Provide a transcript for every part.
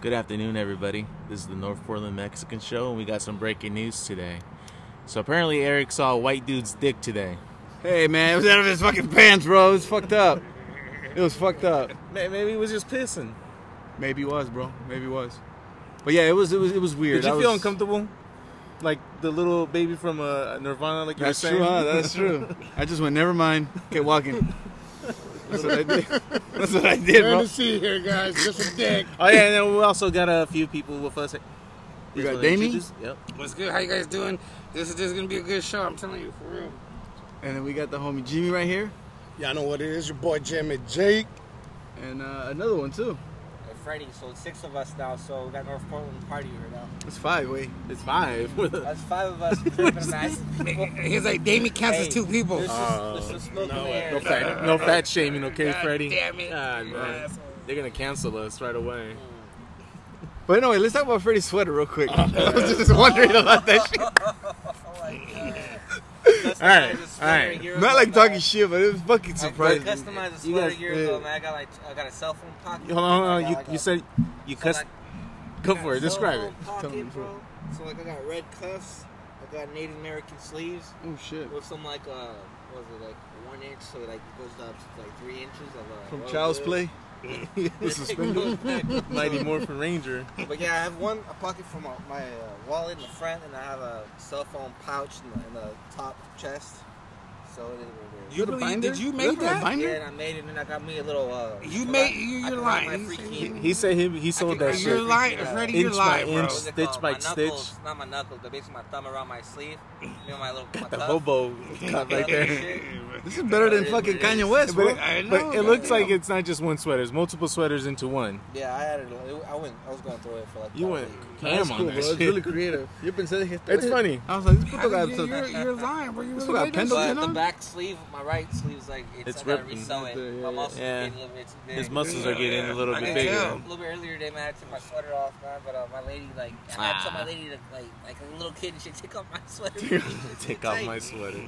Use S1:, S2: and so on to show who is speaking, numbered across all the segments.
S1: Good afternoon, everybody. This is the North Portland Mexican Show, and we got some breaking news today. So apparently, Eric saw a white dude's dick today.
S2: Hey man, it was out of his fucking pants, bro. It was fucked up. It was fucked up.
S1: May- Maybe he was just pissing.
S2: Maybe it was, bro. Maybe it was. But yeah, it was it was it was weird.
S1: Did you
S2: I
S1: feel
S2: was-
S1: uncomfortable? Like the little baby from uh, Nirvana, like you
S2: That's
S1: were saying.
S2: true, huh? That's true. I just went, never mind. Kept walking. That's what I did. That's what I did,
S3: Nothing
S2: bro.
S3: to see here, guys. Just a dick.
S1: oh yeah, and then we also got a few people with us.
S2: We got
S1: Wanna
S2: Damien?
S1: introduce- Yep.
S3: What's good? How you guys doing? This is, this is gonna be a good show. I'm telling you, for real.
S2: And then we got the homie Jimmy right here,
S3: Y'all know what it is. Your boy Jimmy Jake.
S2: and uh, another one too.
S4: and Freddie. So it's six of us now. So we got North Portland party right now.
S2: It's five, wait.
S1: It's five.
S4: That's five of us. Tripping nice.
S3: He's like, Damien counts as
S4: Hey,
S3: two people.
S4: There's just, there's just smoke in the air.
S1: Oh, no fat, no fat shaming, okay,
S3: God
S1: Freddie?
S3: damn it.
S1: Ah, no.
S3: Asshole.
S1: They're gonna cancel us right away.
S2: But anyway, let's talk about Freddy's sweater real quick. I was just wondering about that shit.
S4: Oh
S1: All right, all right.
S2: Not like talking shit, but it was fucking
S4: Surprise!
S2: surprising.
S4: oh I customized a
S1: You
S4: sweater
S1: guys-
S4: years ago,
S1: yeah.
S4: man. I got like I got a cell phone pocket.
S1: Hold on, hold on.
S4: I got
S1: You,
S4: like
S1: you
S4: a-
S1: said you
S4: so
S1: cuss.
S4: like-
S1: Go
S4: I got
S1: for
S4: a
S1: it.
S4: cell
S1: Describe
S4: phone
S1: it.
S2: me,
S4: Pocket,
S2: bro.
S4: bro. So like I got red cuffs. I got Native American sleeves
S2: Oh shit.
S4: with some like uh, what was it like one inch? So like it goes up to like three inches of uh,
S2: From
S4: roll
S2: Child's
S4: hood.
S2: Play.
S4: It goes back.
S1: Mighty Morphin Ranger.
S4: But yeah, I have one a pocket for my, my uh, wallet in the front, and I have a cell phone pouch in the, in the top chest. So it is what it is.
S3: you
S2: that a
S3: really,
S2: binder?
S3: did you
S2: Is
S3: make
S2: that a
S3: that?
S2: binder?
S4: yeah, and I made it, and I got me a little. Uh,
S3: You
S4: I
S3: made-
S4: got-
S3: you-
S4: I
S3: you're
S4: got my
S3: lying.
S4: free
S3: You
S1: He,
S4: key.
S1: he said he he sold that
S3: You're
S1: shit.
S3: lying,
S4: Yeah.
S3: Freddie. You're
S1: Inch by
S3: lying, bro.
S1: inch.
S4: What's it
S1: Stitch
S4: called?
S1: by
S4: my knuckles, not my knuckles, but basically my thumb around my sleeve, you know, my little my
S1: The
S4: cuff,
S1: hobo cut right
S4: cuff and
S1: there.
S4: shit.
S2: This is better than fucking Kanye West,
S1: But
S2: bro.
S3: I
S1: it,
S3: know,
S1: but it
S3: man.
S1: looks like it's not just one sweater. It's multiple sweaters into one.
S4: Yeah, I had it. it- I went. I was going to throw it for like.
S1: You
S4: about a
S1: went
S4: week.
S1: ham on that
S2: bro. It's
S1: shit.
S2: really creative. Yo pensé que
S1: It's funny.
S2: I was like, this puto
S3: How
S2: got
S3: did you- You're,
S2: some-
S3: you're lying, bro. You
S2: This
S3: really
S2: one got
S3: made that
S2: pendle
S3: shit?
S2: in
S4: But
S2: on?
S4: the back sleeve, my right sleeve's like it's,
S1: It's
S4: I gotta
S1: ripping.
S4: resew it.
S2: Yeah, yeah,
S4: my muscles
S1: yeah.
S4: getting a little bit. too
S1: His
S4: big.
S1: muscles are getting a little
S3: I
S1: bit
S3: can
S1: bigger.
S3: tell.
S4: A little bit earlier today, man, I took my sweater off, man, but uh, my lady, like, and I told my lady to, like, like a little kid and she take off my sweater.
S1: Take off my sweater.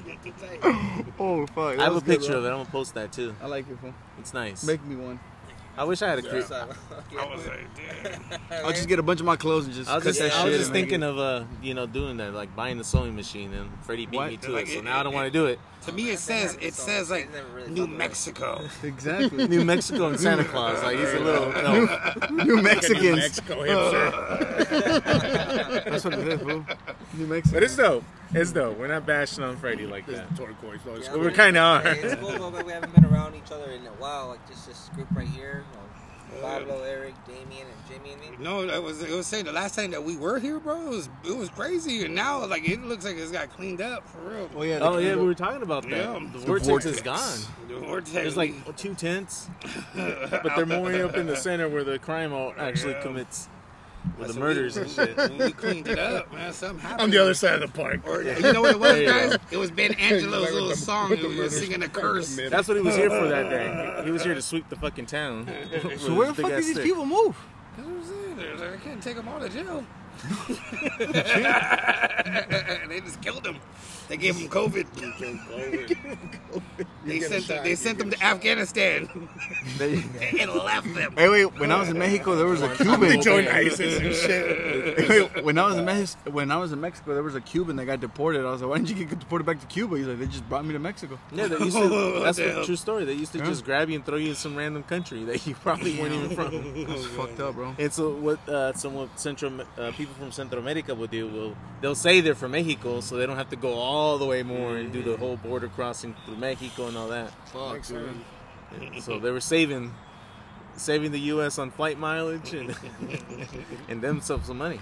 S2: Oh fuck!
S1: I have a picture of it. I'm gonna post that too.
S2: I like it, fool.
S1: It's nice.
S2: Make me one.
S1: I wish I had a. Cre-
S4: So, yeah.
S3: I was like, damn.
S2: I'll just get a bunch of my clothes and just.
S1: I was
S2: cut
S1: just,
S2: that
S1: I was
S2: shit
S1: just
S2: and make
S1: thinking
S2: it-
S1: of uh, you know, doing that, like buying the sewing machine, and Freddie beat
S2: What?
S1: me to
S3: Like,
S1: it, so
S3: it-
S1: now I don't
S3: it-
S1: want to do it.
S3: To me, it says it says like New Mexico.
S2: exactly
S1: New Mexico and Santa Claus, like he's a little. No.
S2: New Mexicans. Uh.
S3: hipster.
S2: That's what it is, fool. New Mexicans.
S1: dope. It's dope. We're not bashing on Freddie like that.
S3: Turquoise. though.
S1: we kinda are.
S4: It's cool, though, that we haven't been around each other in a while. Like, just this group right here. You know, Pablo, Eric, Damien, and Jimmy and me.
S3: No, it was it was saying the last time that we were here, bro, it was it was crazy, and now like it looks like it's got cleaned up for real.
S2: Oh yeah.
S1: Oh yeah, we
S2: we're
S1: were talking about that.
S3: Yeah,
S1: the,
S3: the
S1: vortex, is
S3: vortex.
S1: gone.
S3: The vortex.
S1: There's like two tents, but they're more up in the center where the crime all actually
S3: Yeah.
S1: commits, where
S3: That's
S1: the
S3: what we-
S1: murders and shit.
S3: we cleaned it up, man. Something happened.
S5: on the other side of the park.
S3: Or, you know what it was,
S1: There you go.
S3: guys? It was Ben Angelo's little song. It was singing a curse.
S1: That's what he was here for that day. He was here to sweep the fucking town.
S2: So where the fuck did these people move?
S3: That's what I'm saying. They're like, I can't take them all to jail. they just killed them. They gave them COVID. they sent them. They sent them to Afghanistan and left them.
S2: Hey wait, when I was in Mexico, there was a Cuban.
S5: Join ISIS and shit.
S2: Wait, when I was in Mexico, when I was in Mexico, there was a Cuban that got deported. I was like, why didn't you get deported back to Cuba? He's like, they just brought me to Mexico.
S1: Yeah, they used to, that's a
S3: Damn.
S1: true story. They used to
S2: Yeah.
S1: just grab you and throw you in some random country that you probably weren't even from.
S2: That's fucked up, bro.
S1: And so what uh, some of Central uh, people from Central America will do will they'll say they're from Mexico, so they don't have to go all the way more and do the
S2: Mm.
S1: whole border crossing through Mexico and all that.
S2: Fuck, dude.
S1: So they were saving, saving the U.S. on flight mileage and and themselves some money.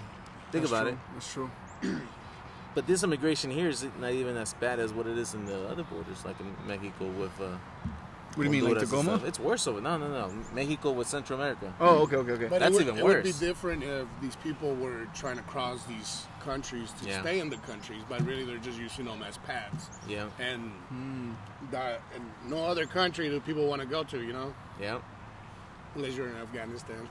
S1: Think
S2: That's
S1: about
S2: true.
S1: it.
S2: That's true.
S1: But this immigration here is not even as bad as what it is in the other borders, like in Mexico with. Uh,
S2: What do you mean, like Tacoma?
S1: It's worse over. No, no, no. Mexico with Central America.
S2: Oh, okay, okay, okay.
S5: But
S1: That's
S5: it
S1: even
S5: would, it would be
S1: worse.
S5: different if these people were trying to cross these countries to
S1: Yeah.
S5: stay in the countries, but really they're just using them as paths.
S1: Yeah, Hmm.
S5: And that, and no other country do people want to go to, you know,
S1: yeah.
S5: unless you're in Afghanistan.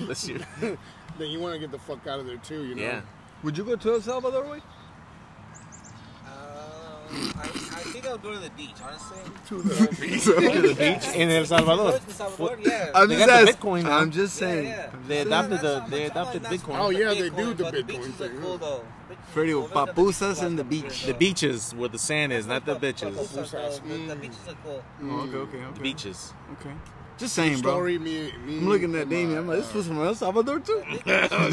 S1: Let's see.
S5: then you want to get the fuck out of there too, you know.
S1: Yeah.
S2: Would you go to El Salvador, way?
S4: Uh, I, I think I'll go to the beach, honestly.
S5: To the
S1: to the beach in El Salvador.
S4: In Salvador, yeah.
S2: I'm
S1: They
S2: just
S1: got the
S2: asking-
S1: Bitcoin now.
S2: I'm just saying.
S4: Yeah, yeah.
S1: They
S4: Yeah,
S1: adopted
S4: that's-
S1: the-
S4: I'm
S1: they
S4: talking
S1: adopted
S4: about that's
S1: Bitcoin.
S4: not
S5: Oh, yeah, they
S4: Bitcoin,
S5: do the
S4: but
S5: Bitcoin
S4: beaches
S5: thing,
S4: are cool,
S5: huh?
S4: though.
S2: Freddie,
S4: Bitches are cool.
S2: papusas and the
S4: Papusas
S2: beach.
S4: are
S1: The
S4: cool.
S1: beaches with the sand is, not the
S4: Pap-
S1: bitches.
S4: Papusas are cool. The the beaches are
S5: Mm.
S4: cool.
S2: Oh, okay, okay, okay.
S1: The beaches.
S2: Okay. Just saying, bro.
S5: story, me, me.
S2: I'm looking at
S5: and
S2: Damien. I'm
S5: my,
S2: like, this was from El Salvador too.
S4: Shave
S2: Shaved head.
S4: fuck owner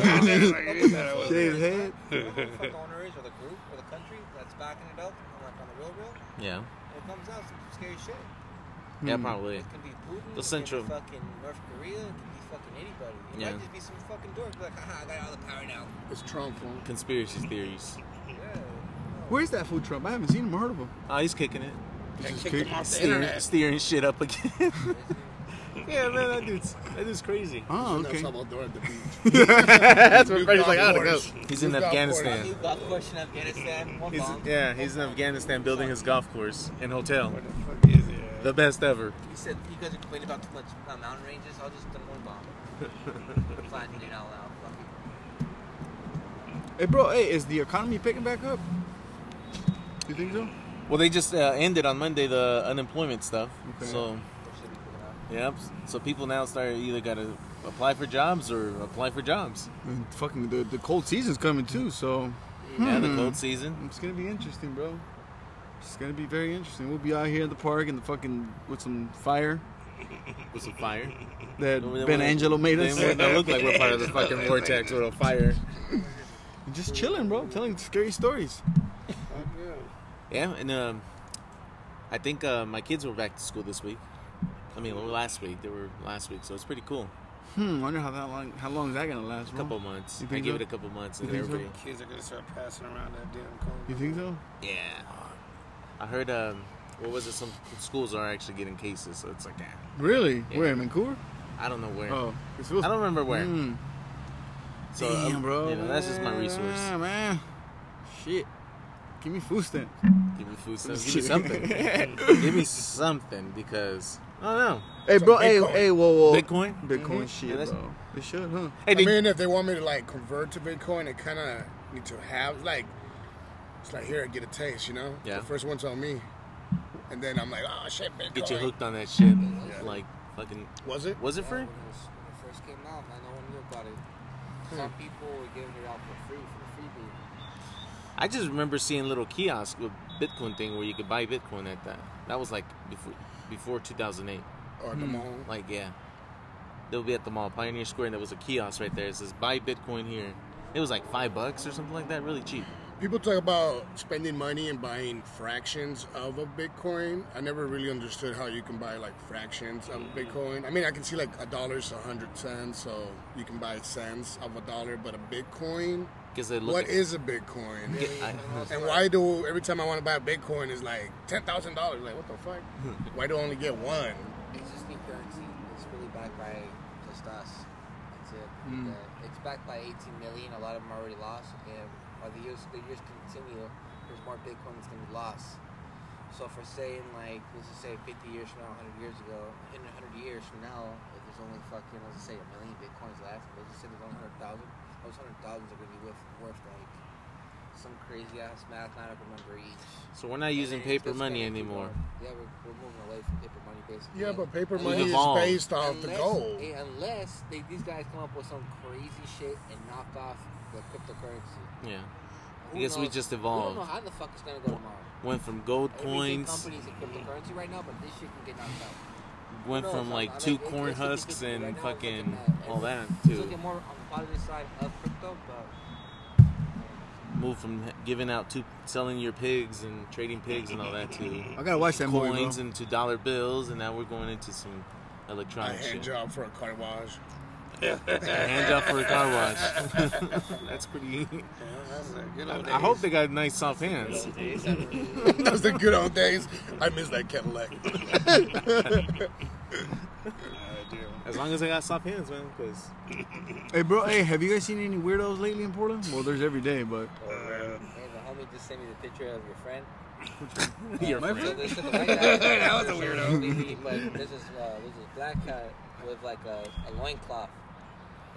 S4: is or the group or the country that's backing it up, I'm like on the real real,
S1: Yeah.
S4: it comes out some scary shit.
S1: Yeah, probably.
S4: It can be Putin,
S1: The
S4: it
S1: central-
S4: can be fucking North Korea, it can be fucking anybody. It
S1: Yeah.
S4: might just be some fucking dork be like, haha, I got all the power now.
S5: uh, It's Trump. huh?
S1: Conspiracy theories.
S4: Yeah.
S2: Where's that food Trump? I haven't seen him or heard of him.
S1: Oh, he's kicking it.
S5: They
S2: Just
S5: kicked
S2: kick-
S5: him off the
S1: Steering,
S5: internet.
S1: steering shit up again. yeah, man, that dude's, that dude's crazy.
S2: Oh,
S5: El
S2: okay.
S5: Salvador at the beach.
S2: That's
S5: what Freddie's like, I gotta go.
S1: He's in
S5: Who's got
S1: Afghanistan.
S4: You got question Afghanistan, one
S1: He's,
S4: bomb.
S1: yeah, he's in Afghanistan building his golf course and hotel. The best ever.
S4: You said you guys are complaining about too much uh, mountain ranges, I'll just dump one bomb. Flatten it out loud. Fuck it.
S2: Hey, bro. Hey, is the economy picking back up? You think so?
S1: Well, they just uh, ended on Monday the unemployment stuff.
S2: Okay.
S1: So,
S4: That shit be picking up.
S1: yep. So people now start either got to apply for jobs or apply for jobs.
S2: And fucking the, the cold season's coming too, so
S1: Yeah, the
S2: Hmm.
S1: cold season.
S2: it's gonna be interesting, bro. It's gonna be very interesting. We'll be out here in the park in the fucking with some fire
S1: with some fire.
S2: that
S1: Then we-
S2: Ben Angelo made us.
S1: Then it look like we're part of the fucking vortex with a fire.
S2: Just chilling, bro. Telling scary stories.
S1: Yeah, and um, I think uh, my kids were back to school this week. I mean, last week they were last week, so it's pretty cool.
S2: Hmm. Wonder how that long how long is that gonna last,
S1: A
S2: bro?
S1: couple months.
S2: You
S1: I
S2: think
S1: give
S2: so?
S1: it a couple months, and
S2: You think so?
S1: everybody.
S3: Kids are gonna start passing around that damn cold.
S2: You think so?
S1: Yeah. I heard. Um, what was it? Some schools are actually getting cases, so it's like, eh,
S2: Really?
S1: Yeah.
S2: Where in Vancouver?
S1: I don't know where.
S2: Oh, it's supposed-
S1: I don't remember where.
S2: Hmm.
S1: So,
S2: Damn,
S1: um,
S2: bro.
S1: You know, that's just my resource.
S2: Yeah, man. Shit. Give me food stamps.
S1: Give me food stamps. Give me something. give me something because I don't know.
S2: Hey, bro. Hey, hey, whoa, whoa.
S1: Bitcoin?
S2: Bitcoin
S5: Mhm.
S1: Yeah,
S2: shit,
S1: that's-
S2: bro. They should, huh?
S1: Hey,
S5: I
S1: did-
S5: mean, if they want me to like convert to Bitcoin, I kind of need to have like, it's like here, get a taste, you know.
S1: Yeah.
S5: The first one's on me, and then I'm like, oh shit, Bitcoin.
S1: get you hooked on that shit. Like fucking.
S5: Was it?
S1: Was it free?
S4: When it, was, when it first came out, man, no one knew about it. Some people were giving it out for free for the freebie.
S1: I just remember seeing little kiosk with Bitcoin thing where you could buy Bitcoin at that. That was like before before 2008.
S5: Or
S1: Hmm.
S5: the mall?
S1: Like yeah, they'll be at the mall, Pioneer Square, and there was a kiosk right there. It says buy Bitcoin here. It was like five bucks or something like that. Really cheap.
S5: People talk about spending money and buying fractions of a Bitcoin. I never really understood how you can buy like fractions of
S1: Hmm.
S5: Bitcoin. I mean, I can see like a dollar's a hundred cents, so you can buy cents of a dollar, but a Bitcoin.
S1: Because they look.
S5: What
S1: at-
S5: is a Bitcoin?
S1: Get- I-
S5: And why do every time I want to buy a Bitcoin is like ten thousand dollars? Like what the fuck? Why do I only get one?
S4: It's just new currency. It's really backed by just us. That's it.
S1: Hmm.
S4: Uh, it's backed by 18 million. A lot of them already lost. And while the years, the years continue, there's more Bitcoin that's going to be lost. So for saying like, let's just say 50 years from now, 100 years ago, in 100 years from now, if there's only fucking, let's just say a million Bitcoins left, let's just say there's only 100,000, those 100,000 are going to be worth, worth like some crazy ass math I don't remember each.
S1: so we're not using
S4: And it's
S1: paper
S4: just
S1: money
S4: gonna keep
S1: anymore.
S4: going. Yeah, we're, we're moving away from paper money basically.
S5: Yeah, but paper
S1: We've
S5: money is
S1: evolved.
S5: based off the
S4: Unless-
S5: gold.
S4: eh, Unless they, these guys come up with some crazy shit and knock off the cryptocurrency.
S1: Yeah.
S4: Who
S1: I guess we
S4: knows?
S1: just
S4: We don't know
S1: evolved.
S4: how the fuck it's gonna go tomorrow.
S1: Went from gold
S4: Every big
S1: coins.
S4: company's in cryptocurrency right now, but this shit can get knocked out.
S1: Went
S4: No,
S1: from
S4: no,
S1: like
S4: no,
S1: two
S4: it- it-
S1: corn
S4: it's looking
S1: husks
S4: good. Right
S1: and
S4: now it's looking
S1: fucking
S4: bad.
S1: all that
S4: It's
S1: to
S4: looking more on the positive side of crypto, but
S1: move from giving out to selling your pigs and trading pigs and all that to
S2: I gotta watch that movie,
S1: coins
S2: bro.
S1: into dollar bills, and now we're going into some
S5: A
S1: electronic
S5: hand
S1: shit.
S5: job for a car wash.
S1: A hand job for a car wash. That's pretty. I hope they got nice soft hands.
S5: Those are good old days. I miss that Cadillac.
S3: Uh,
S1: As long as they got soft hands, man. Because
S2: Hey, bro. Hey, have you guys seen any weirdos lately in Portland? Well, there's every day, but
S4: hey, the homie just sent me the picture of your friend.
S1: your
S2: My
S1: friend.
S4: So there's a white guy. that was a weirdo. But this is uh, this is black guy with like a, a loincloth.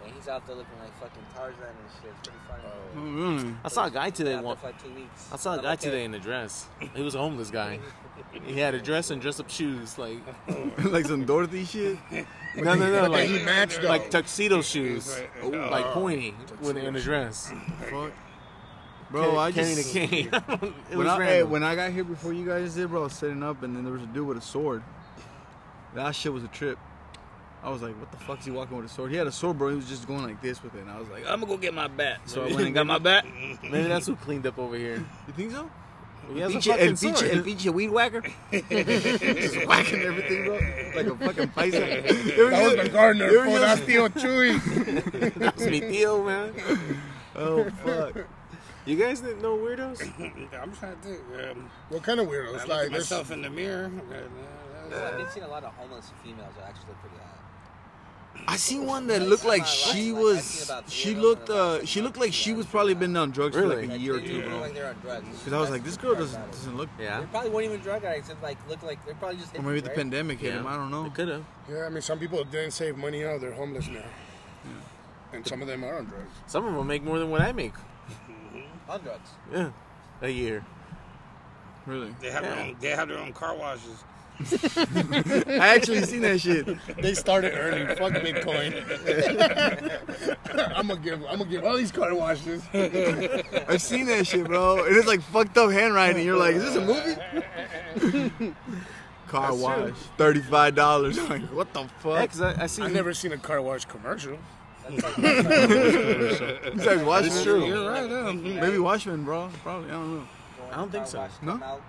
S4: And he's out there looking like fucking Tarzan and shit. It's pretty funny.
S2: Oh, really?
S1: I saw a guy today.
S4: After
S1: One,
S4: like two weeks.
S1: I saw a
S4: I'm
S1: guy
S4: okay.
S1: today in a dress. He was a homeless guy. He had a dress and dress up shoes, like
S2: like some Dorothy shit.
S1: no, no, no,
S5: Like, he
S1: like
S5: matched though.
S1: like tuxedo shoes,
S5: Right.
S1: Ooh, like pointy with in a dress.
S2: Fuck. Bro, Oh, I
S1: carrying
S2: just
S1: a cane. it
S2: when
S1: was
S2: I, hey,
S1: random.
S2: when I got here before you guys did, bro, I was sitting up, and then there was a dude with a sword. That shit was a trip. I was like, "What the fuck's he walking with a sword?" He had a sword, bro. He was just going like this with it. And I was like, "I'm gonna go get my bat." So I went and got my bat.
S1: Maybe that's who cleaned up over here.
S2: You think so?
S1: He has a
S2: Pinche-
S1: fucking
S2: el pinche, el
S1: sword.
S2: pinche weed whacker, just whacking everything, bro, like a fucking paisa.
S5: That was the gardener.
S2: There he is.
S5: fool. That's Tio Chuy.
S1: That's me, Theo, man.
S2: Oh fuck!
S1: You guys didn't know weirdos?
S3: I'm trying to think. Um,
S5: What kind of
S3: I
S5: weirdos?
S3: look
S5: Like
S3: at
S5: this.
S3: myself in the mirror.
S4: I've been seeing a lot of homeless females that actually look pretty hot.
S2: I seen one that looked like she was. She looked. uh She looked like she was probably been on drugs for like a
S1: Really?
S2: year or
S4: they
S2: two,
S4: look
S2: bro.
S4: Like they're on drugs.
S2: Because I was like, this girl doesn't
S4: They
S2: doesn't look.
S1: Yeah.
S4: probably weren't even drug addicts. It like look like they're probably just.
S2: Or maybe the
S4: hippies, right?
S2: pandemic hit
S1: Yeah.
S2: him. I don't know.
S1: It could have.
S5: Yeah, I mean, some people didn't save money out. They're homeless now. And some of them are on drugs.
S1: Some of them make more than what I make.
S4: On drugs.
S1: Yeah, a year.
S2: Really?
S3: They have, their
S1: Yeah.
S3: own, they have their own car washes.
S2: I actually seen that shit.
S5: They started earning. Fuck Bitcoin. I'm gonna give. I'm gonna give all these car washes.
S2: I've seen that shit, bro. And it's like fucked up handwriting. You're like, is this a movie? Car
S1: That's
S2: wash,
S1: true.
S2: thirty-five dollars. Like, what the
S1: Yeah,
S2: fuck?
S1: cause I, I see.
S2: Mm-hmm.
S5: I've never seen a car wash commercial.
S2: Besides Watchmen,
S1: It's true.
S3: You're right. Um,
S2: Maybe Watchmen, bro. Probably. I don't know.
S4: Going
S1: I don't think
S4: car
S1: so.
S4: wash,
S2: No?
S4: come out.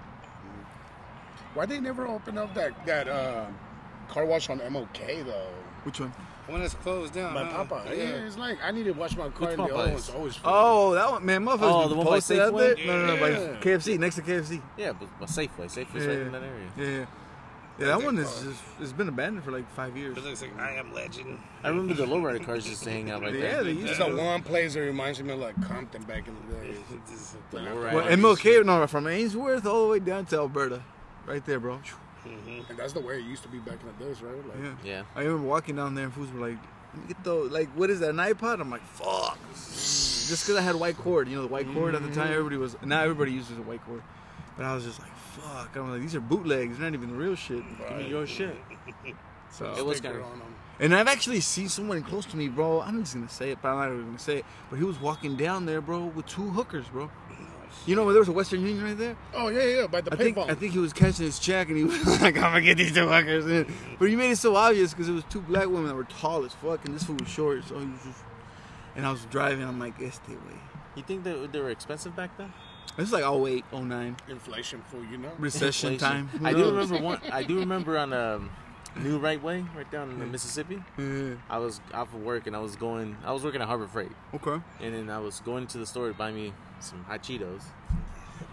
S5: Why they never open up that that uh, car wash on MOK though?
S2: Which one?
S3: when it's closed
S2: Uh-huh.
S3: down.
S5: My
S3: huh?
S5: Papa. Yeah,
S3: Yeah.
S5: it's like I need to wash my car
S1: Which
S5: in the old
S1: Popeyes?
S5: one's always full.
S2: Oh, that one, man. Motherfuckers
S1: Oh, the
S2: been
S1: one by
S2: posted out there.
S1: Safeway?
S2: No, no, no, by
S5: Yeah.
S2: KFC, next to KFC.
S1: Yeah, but, but Safeway, Safeway's
S2: Yeah,
S1: right in that area.
S2: yeah, yeah. Yeah, that one is just, it's been abandoned for like five years.
S3: It looks like I am legend.
S1: I remember the lowrider cars used to hang out right
S2: Yeah,
S1: there.
S2: they used
S5: It's
S2: to.
S5: the one place that reminds me of like Compton back in the day.
S3: This-
S1: The
S2: Well,
S1: lowrider.
S2: MLK, no, from Ainsworth all the way down to Alberta, right there, bro.
S5: And that's the way it used to be back in the days, right? Like,
S2: Yeah.
S1: Yeah.
S2: I remember walking down there and fools were like, "Let me "Get the like, what is that? An iPod?" I'm like, "Fuck!" Just because I had white cord, you know, the white cord at the
S1: Mm-hmm.
S2: time, everybody was now everybody uses a white cord, but I was just like, "Fuck!" I'm like, "These are bootlegs, they're not even the real shit."
S1: Give me your shit.
S2: So
S1: It was
S5: sticker
S1: kind of.
S5: on 'em.
S2: And I've actually seen someone close to me, bro. I'm just gonna say it, but I'm not even gonna say it. But he was walking down there, bro, with two hookers, bro.
S3: Oh,
S2: You know where there was a Western Union right there?
S5: Oh yeah, yeah, by the
S2: I think
S5: paintball.
S2: I think he was catching his check and he was like, I'm gonna get these two fuckers in. But he made it so obvious because it was two black women that were tall as fuck and this fool was short, so he was just and I was driving, I'm like, este way.
S1: You think that they were expensive back then?
S2: This is like 08, 09.
S5: Inflation fool, you know.
S2: Recession time. Who
S1: I do
S2: knows?
S1: remember one. I do remember on um, New Right Way, right down in the
S2: Hmm.
S1: Mississippi. I was off of work and I was going. I was working at Harbor Freight,
S2: Yeah. Okay.
S1: and then I was going to the store to buy me some hot Cheetos.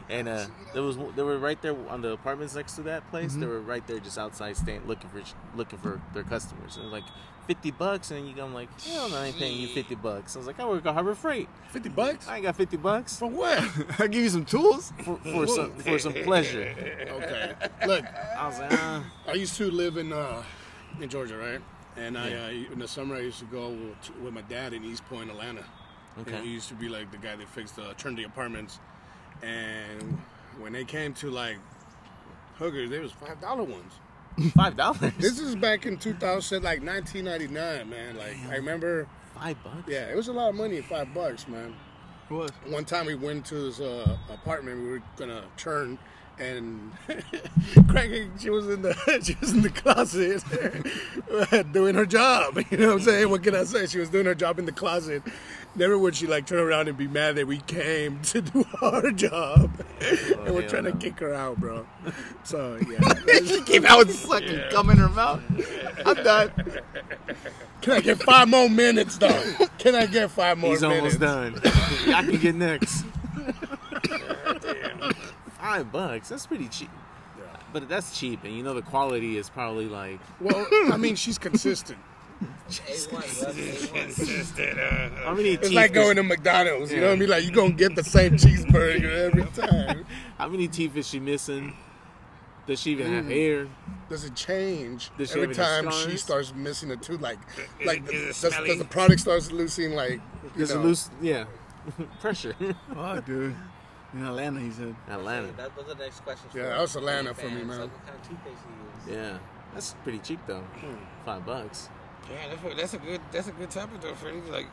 S1: And uh, there was they were right there on the apartments next to that place. They were right there, just outside, staying looking for looking for their customers. And it was like fifty bucks, and you go, I'm like, hell, no, I ain't paying you fifty bucks. I was like, I work at Harbor Freight.
S5: Fifty bucks
S1: I ain't got fifty bucks
S5: for what?
S2: I give you some tools.
S1: for, for some for some pleasure.
S5: okay, look,
S1: I was like, ah.
S5: I used to live in uh, in Georgia, right? And I uh, in the summer I used to go to, with my dad in East Point, Atlanta.
S1: Okay.
S5: And he used to be like the guy that fixed the Trinity apartments. And when they came to like hookers, they was five dollar ones.
S1: five dollars,
S5: This is back in 2000, like 1999, man. Like I remember,
S1: five bucks.
S5: yeah, it was a lot of money, five bucks, man.
S2: What?
S5: One time we went to his uh, apartment. We were gonna turn, and Craig, she was in the she was in the closet doing her job. You know what I'm saying? What can I say? She was doing her job in the closet. Never would she like turn around and be mad that we came to do our job, and we're
S1: hell
S5: trying
S1: Oh, no.
S5: to kick her out, bro. So yeah,
S2: she came out with sucking cum in her mouth. I'm done.
S5: can I get five more minutes though? Can I get five more?
S1: He's
S5: minutes?
S1: almost done. I can get next. Five bucks. That's pretty cheap. But that's cheap, and you know the quality is probably like
S5: Well, I mean, she's consistent.
S4: A1, love, A1.
S3: Consistent. Uh,
S1: how many
S5: It's
S1: teeth?
S5: like
S1: does-
S5: going to McDonald's. You know what I mean? Like you're gonna get the same cheeseburger every time.
S1: how many teeth is she missing? Does she even have hair?
S5: Does it change
S1: Does she
S5: every
S1: have any
S5: time she
S1: scars?
S5: starts missing a tooth? Like, like
S3: is it
S5: does, does
S3: smelly?
S5: the product starts losing like? you
S1: Does it
S5: know,
S1: loose? Yeah, pressure.
S2: Fuck, dude. In Atlanta, he said.
S1: Atlanta.
S4: That was the next question.
S5: Yeah, that was Atlanta for me, man.
S4: Like, what kind of toothpaste do you use?
S1: Yeah, that's pretty cheap though. Five bucks.
S3: Yeah, that's, what- that's a good that's a good topic though, Freddie. Like,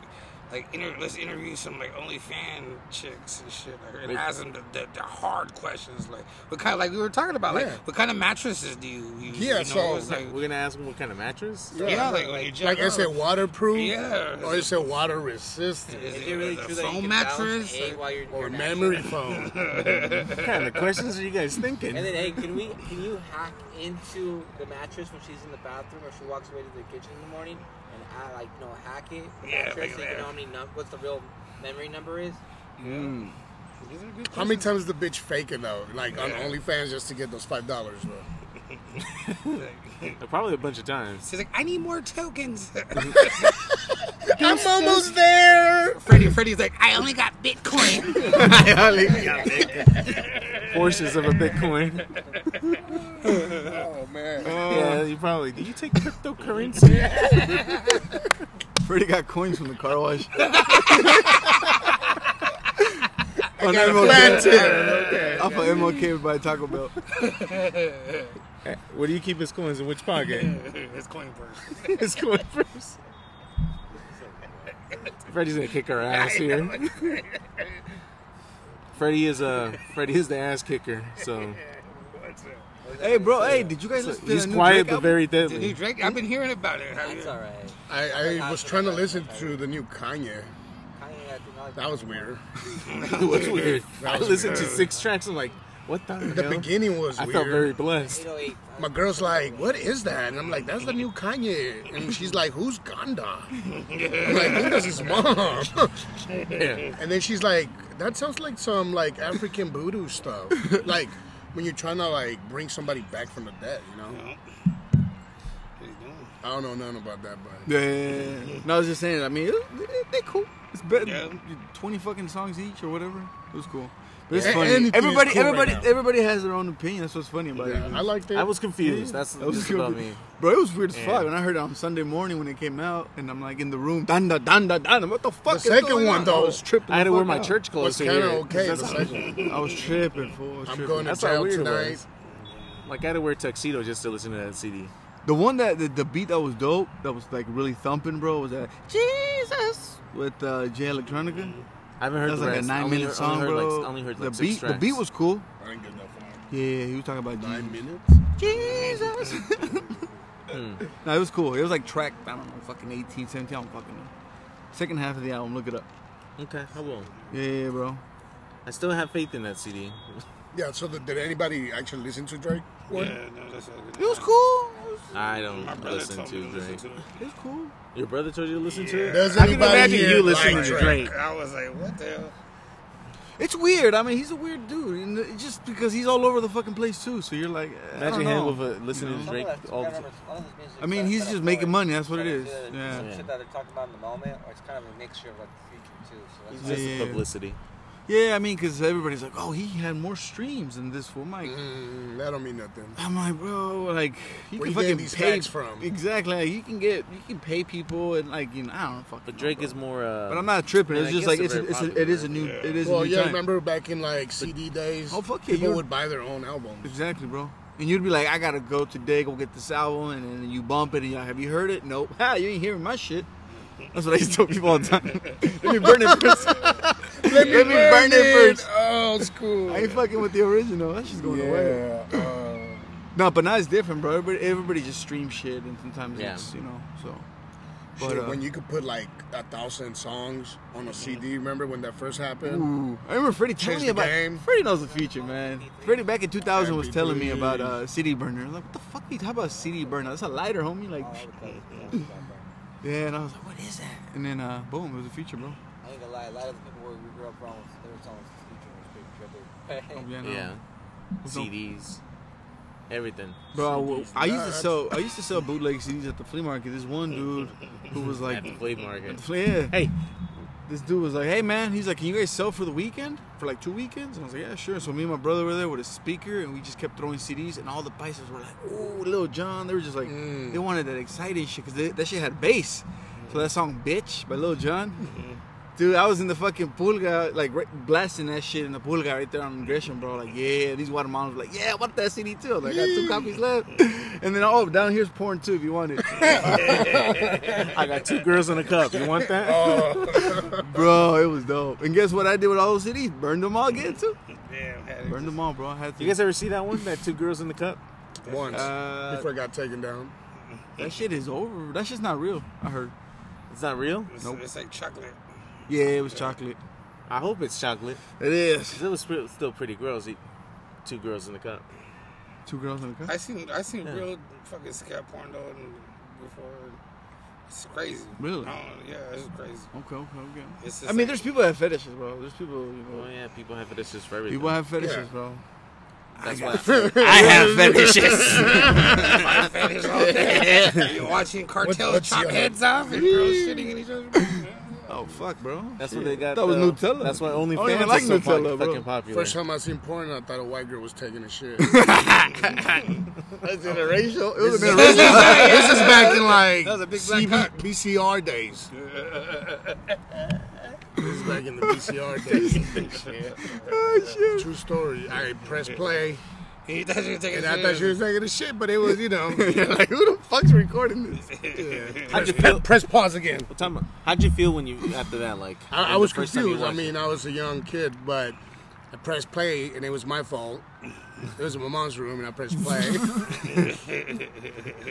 S3: like inter, let's interview some like OnlyFan chicks and shit, like, and
S1: Make-
S3: ask them the, the, the hard questions, like what kind, like we were talking about, like
S5: Yeah.
S3: what kind of mattresses do you use?
S5: Yeah,
S3: you
S5: so-
S3: it's like,
S1: We're gonna ask them what kind of mattress.
S3: yeah, like when you jack
S5: Like, is
S3: off.
S5: it waterproof?
S3: Yeah.
S5: Or is it water resistant?
S3: Is
S4: Is
S3: it
S4: it really
S3: a
S4: true that you
S3: foam
S4: can
S3: mattress?
S4: mattress egg while you're
S5: Or
S4: you're
S5: memory
S4: nasty?
S5: foam?
S1: What kind of questions are you guys thinking?
S4: And then, hey, can we? Can you hack into the mattress when she's in the bathroom or she walks away to the kitchen in the morning and I like, you know, hack it? The
S3: Yeah,
S4: mattress,
S3: like
S4: so you
S3: that.
S4: know how many num- what's the real memory number is?
S5: How many times the bitch faking though? Like on OnlyFans just to get those five dollars, bro.
S1: Probably a bunch of times.
S3: She's like, I need more tokens.
S5: I'm almost there.
S3: Freddie, Freddie's like, I only got Bitcoin.
S1: Portions of a Bitcoin.
S5: Oh man.
S2: Uh,
S1: yeah, you probably. Do you take cryptocurrency?
S2: Freddie got coins from the car wash.
S5: I
S2: On
S5: got
S2: MLK.
S5: planted.
S2: Off of MLK would buy Taco Bell.
S1: Where do you keep his coins? In which pocket?
S3: it's coin purse.
S1: his coin first. Freddie's gonna kick our ass here. Freddie is a Freddie is the ass kicker. So
S2: Hey, bro. Hey, did you guys listen to
S1: he's
S2: that new
S1: quiet
S2: Drake
S1: but
S2: album?
S1: very
S3: Did you
S1: deadly.
S3: drink? I've been hearing about it. Have
S4: That's
S3: you-
S4: all right.
S5: I, I was trying to listen to the new Kanye.
S4: Kanye, I think I like
S5: That was weird.
S1: What's weird? I
S5: That was
S1: listened to
S5: weird.
S1: six tracks. I'm like, what the,
S5: The
S1: hell?
S5: beginning was
S1: I
S5: weird.
S1: felt very blessed.
S4: 808.
S5: My girl's like, "What is that?" And I'm like, "That's the new Kanye." And she's like, "Who's Ganda?" I'm like, "Who does his mom?" And then she's like, "That sounds like some like African voodoo stuff, like when you're trying to like bring somebody back from the dead, you know." I don't know nothing about that, but
S2: Yeah, yeah, yeah. No, I was just saying. I mean, it, it, they cool. It's better. than
S3: Yeah.
S2: Twenty fucking songs each or whatever. It was cool. But it's
S5: Yeah,
S2: funny.
S5: anything is
S2: everybody,
S5: cool right
S2: everybody,
S5: now.
S2: everybody has their own opinion. That's what's funny about
S5: yeah,
S2: it.
S5: I liked it.
S1: I was confused. That's
S2: That was
S1: just
S2: good.
S1: about me.
S2: Bro, it was weird as
S1: Yeah.
S2: fuck. When I heard it on Sunday morning when it came out, and I'm like in the room, danda, danda, danda. What the fuck?
S5: The
S2: is
S5: second
S2: going
S5: one,
S2: on?
S5: though,
S2: I was tripping.
S1: I had
S2: the
S1: to wear
S2: fuck
S1: my
S2: out.
S1: church clothes
S5: was
S1: to
S5: kind
S1: hear
S5: of
S1: it.
S5: okay.
S1: That's,
S5: the second one.
S2: I was tripping. Fool. I was
S5: I'm
S2: tripping.
S5: going to
S1: that's how
S5: jail
S1: weird it
S5: tonight.
S1: was. Like I had to wear tuxedo just to listen to that CD.
S2: The one that the, the beat that was dope, that was like really thumping, bro, was that Jesus with uh, Jay Electronica.
S1: I haven't heard
S2: That was
S1: the
S2: like a
S1: rest. I
S2: nine
S1: only
S2: minute
S1: heard-
S2: song,
S1: only heard,
S2: bro.
S1: Like, I only heard like
S2: the
S1: six
S2: beat, the
S1: tracks.
S2: beat was cool.
S5: I didn't get that far.
S2: Yeah, he was talking about
S5: Nine
S2: Jesus.
S5: minutes.
S2: Jesus. no, it was cool. It was like track, I don't know, fucking 18, 17. I don't fucking know. Second half of the album, look it up.
S1: okay. I will.
S2: Yeah, yeah, bro.
S1: I still have faith in that CD.
S5: Yeah. So the, did anybody actually listen to Drake?
S3: Yeah, no, that's all good.
S2: It was cool. It was,
S1: I don't
S3: My brother
S1: listen
S3: told me
S1: to Drake.
S3: listen to it.
S2: it was cool.
S1: Your brother told you to listen to it.
S5: Does
S1: I can
S5: anybody
S1: imagine
S5: here
S1: you listening
S5: like
S1: to
S5: Drake?
S1: Drake.
S3: I was like, what the hell?
S2: It's weird. I mean, he's a weird dude, and it- just because he's all over the fucking place too. So you're like, eh, I
S1: Imagine
S2: don't
S1: him
S2: know.
S1: with a listening to Drake all the time.
S2: I mean, he's just making money, that's what it is. Yeah.
S4: Some shit that they're talking about in the moment, or it's kind of a mixture of like the future too. So that's
S1: It's
S4: why-
S1: just
S2: Yeah.
S1: the publicity.
S2: Yeah, I mean, because everybody's like, oh, he had more streams than this fool. Mike.
S5: Mm, that don't mean nothing.
S2: I'm like, bro, like you can
S5: Where you getting
S2: fucking
S5: these
S2: pay
S5: facts from?
S2: Exactly, like, you can get you can pay people and like you know, I don't fucking.
S1: But
S2: know,
S1: Drake
S2: bro.
S1: is more. Uh,
S2: But I'm not tripping.
S1: Man,
S2: It's
S1: I
S2: just
S1: guess
S2: like
S1: they're
S2: it's,
S1: very
S2: it's
S1: popular,
S2: it is a
S1: right?
S2: new it is a
S5: Well,
S2: new
S5: yeah,
S2: time.
S5: remember back in like CD days?
S2: Oh, fuck yeah,
S5: People
S2: you're-
S5: would buy their own albums.
S2: Exactly, bro. And you'd be like, I gotta go today, go get this album, and then you bump it, and you're like, have you heard it? Nope. Ha, you ain't hearing my shit. That's what I used to tell people all the time. Let me burn it first. Let me burn, it first.
S5: Oh, it's cool.
S2: I ain't fucking with the original. That shit's going away.
S5: yeah. uh,
S2: No, but now it's different, bro. Everybody, everybody just streams shit, and sometimes
S1: Yeah.
S2: it's you know. So,
S5: shit,
S2: But, uh,
S5: when you could put like a thousand songs on a CD, remember when that first happened?
S2: Ooh, I remember Freddie telling me
S5: Change the
S2: about.
S5: game.
S2: Freddie knows the future, man. Freddie back in 2000 was
S5: Happy
S2: telling me about
S5: days.
S2: uh, CD burner. I was like, what the fuck are you talking about CD burner? That's a lighter, homie. Like,
S4: Oh, I would love to be on that, bro.
S2: yeah, and I was like, what is that? And then, uh, boom, it was the future, bro.
S4: I ain't gonna lie, a lot of the people where we grew up around, they were telling us the future was pretty trippy.
S2: Yeah. no.
S1: Yeah.
S2: no-
S1: CDs. Everything.
S2: Bro, I w- I used to
S5: That's-
S2: sell. I used to sell bootleg CDs at the flea market. This one dude who was like,
S1: At the flea market.
S2: yeah,
S1: Hey,
S2: this dude was like, "Hey man," he's like, "Can you guys sell for the weekend for like two weekends?" And I was like, "Yeah, sure." So me and my brother were there with a speaker, and we just kept throwing CDs, and all the paisas were like, "Ooh, Little John." They were just like,
S5: Mm.
S2: they wanted that exciting shit because that shit had bass. So that song "Bitch" by Little John, dude, I was in the fucking pulga, like right, blasting that shit in the pulga right there on Gresham, bro. Like, yeah, these watermelons were like, yeah, I want that CD too. Like, I got two copies left, and then oh, down here's porn too if you want it.
S1: I got two girls in a cup. You want that?
S2: Bro, it was dope. And guess what I did with all those CDs? Burned them all again too.
S3: Damn, had it.
S2: Burned them all, bro. I had to.
S1: You guys ever see that one? That two girls in the cup?
S5: Once
S2: Uh,
S5: before I got taken down.
S2: that shit is over. That shit's not real. I heard.
S1: It's not real.
S3: It's,
S2: Nope.
S3: it's like chocolate.
S2: Yeah, it was chocolate.
S1: I hope it's chocolate.
S2: It is.
S1: 'Cause It was sp- still pretty gross. eat Two girls in the cup.
S2: Two girls in a cup.
S3: I seen I seen
S1: Yeah.
S3: real fucking scat porn though and before. It's crazy.
S2: Really?
S3: I don't- yeah, it's crazy.
S2: Okay, okay, okay.
S3: It's
S2: I
S3: just
S2: mean,
S3: like-
S2: there's people that have fetishes, bro. There's people. You
S1: Oh
S2: know,
S1: yeah, people have fetishes for everything.
S2: people have fetishes,
S5: Yeah.
S2: bro.
S1: That's why.
S2: I have fetishes.
S3: My fetish all day. You're watching cartels
S5: what's
S3: chop
S5: your-
S3: heads off and girls shitting in each other.
S2: oh fuck, bro.
S1: That's
S2: Shit.
S1: what they got.
S2: That was
S1: uh,
S2: Nutella.
S1: That's why
S2: I don't even
S1: OnlyFans is
S2: like
S1: so
S2: Nutella,
S1: fucking,
S2: bro.
S1: fucking popular.
S5: First time I seen porn, I thought a white girl was taking a shit.
S2: That's interracial. It was
S5: this
S2: interracial.
S5: is back in like
S3: was a big black
S5: CB BCR days. this is back in the BCR days. Oh, True story. I press play,
S3: He thought you were taking
S5: and
S3: a
S5: I thought
S3: shit.
S5: she was taking a shit, but it was you know.
S2: like, who the fuck's recording this?
S1: How'd you feel?
S5: press pause again.
S1: What time- How'd you feel when you after that? Like
S5: I, I
S1: the
S5: was
S1: first time you
S5: confused. I
S1: watched it?
S5: mean, I was a young kid, but I pressed play, and it was my fault. It was in my mom's room, and I pressed play.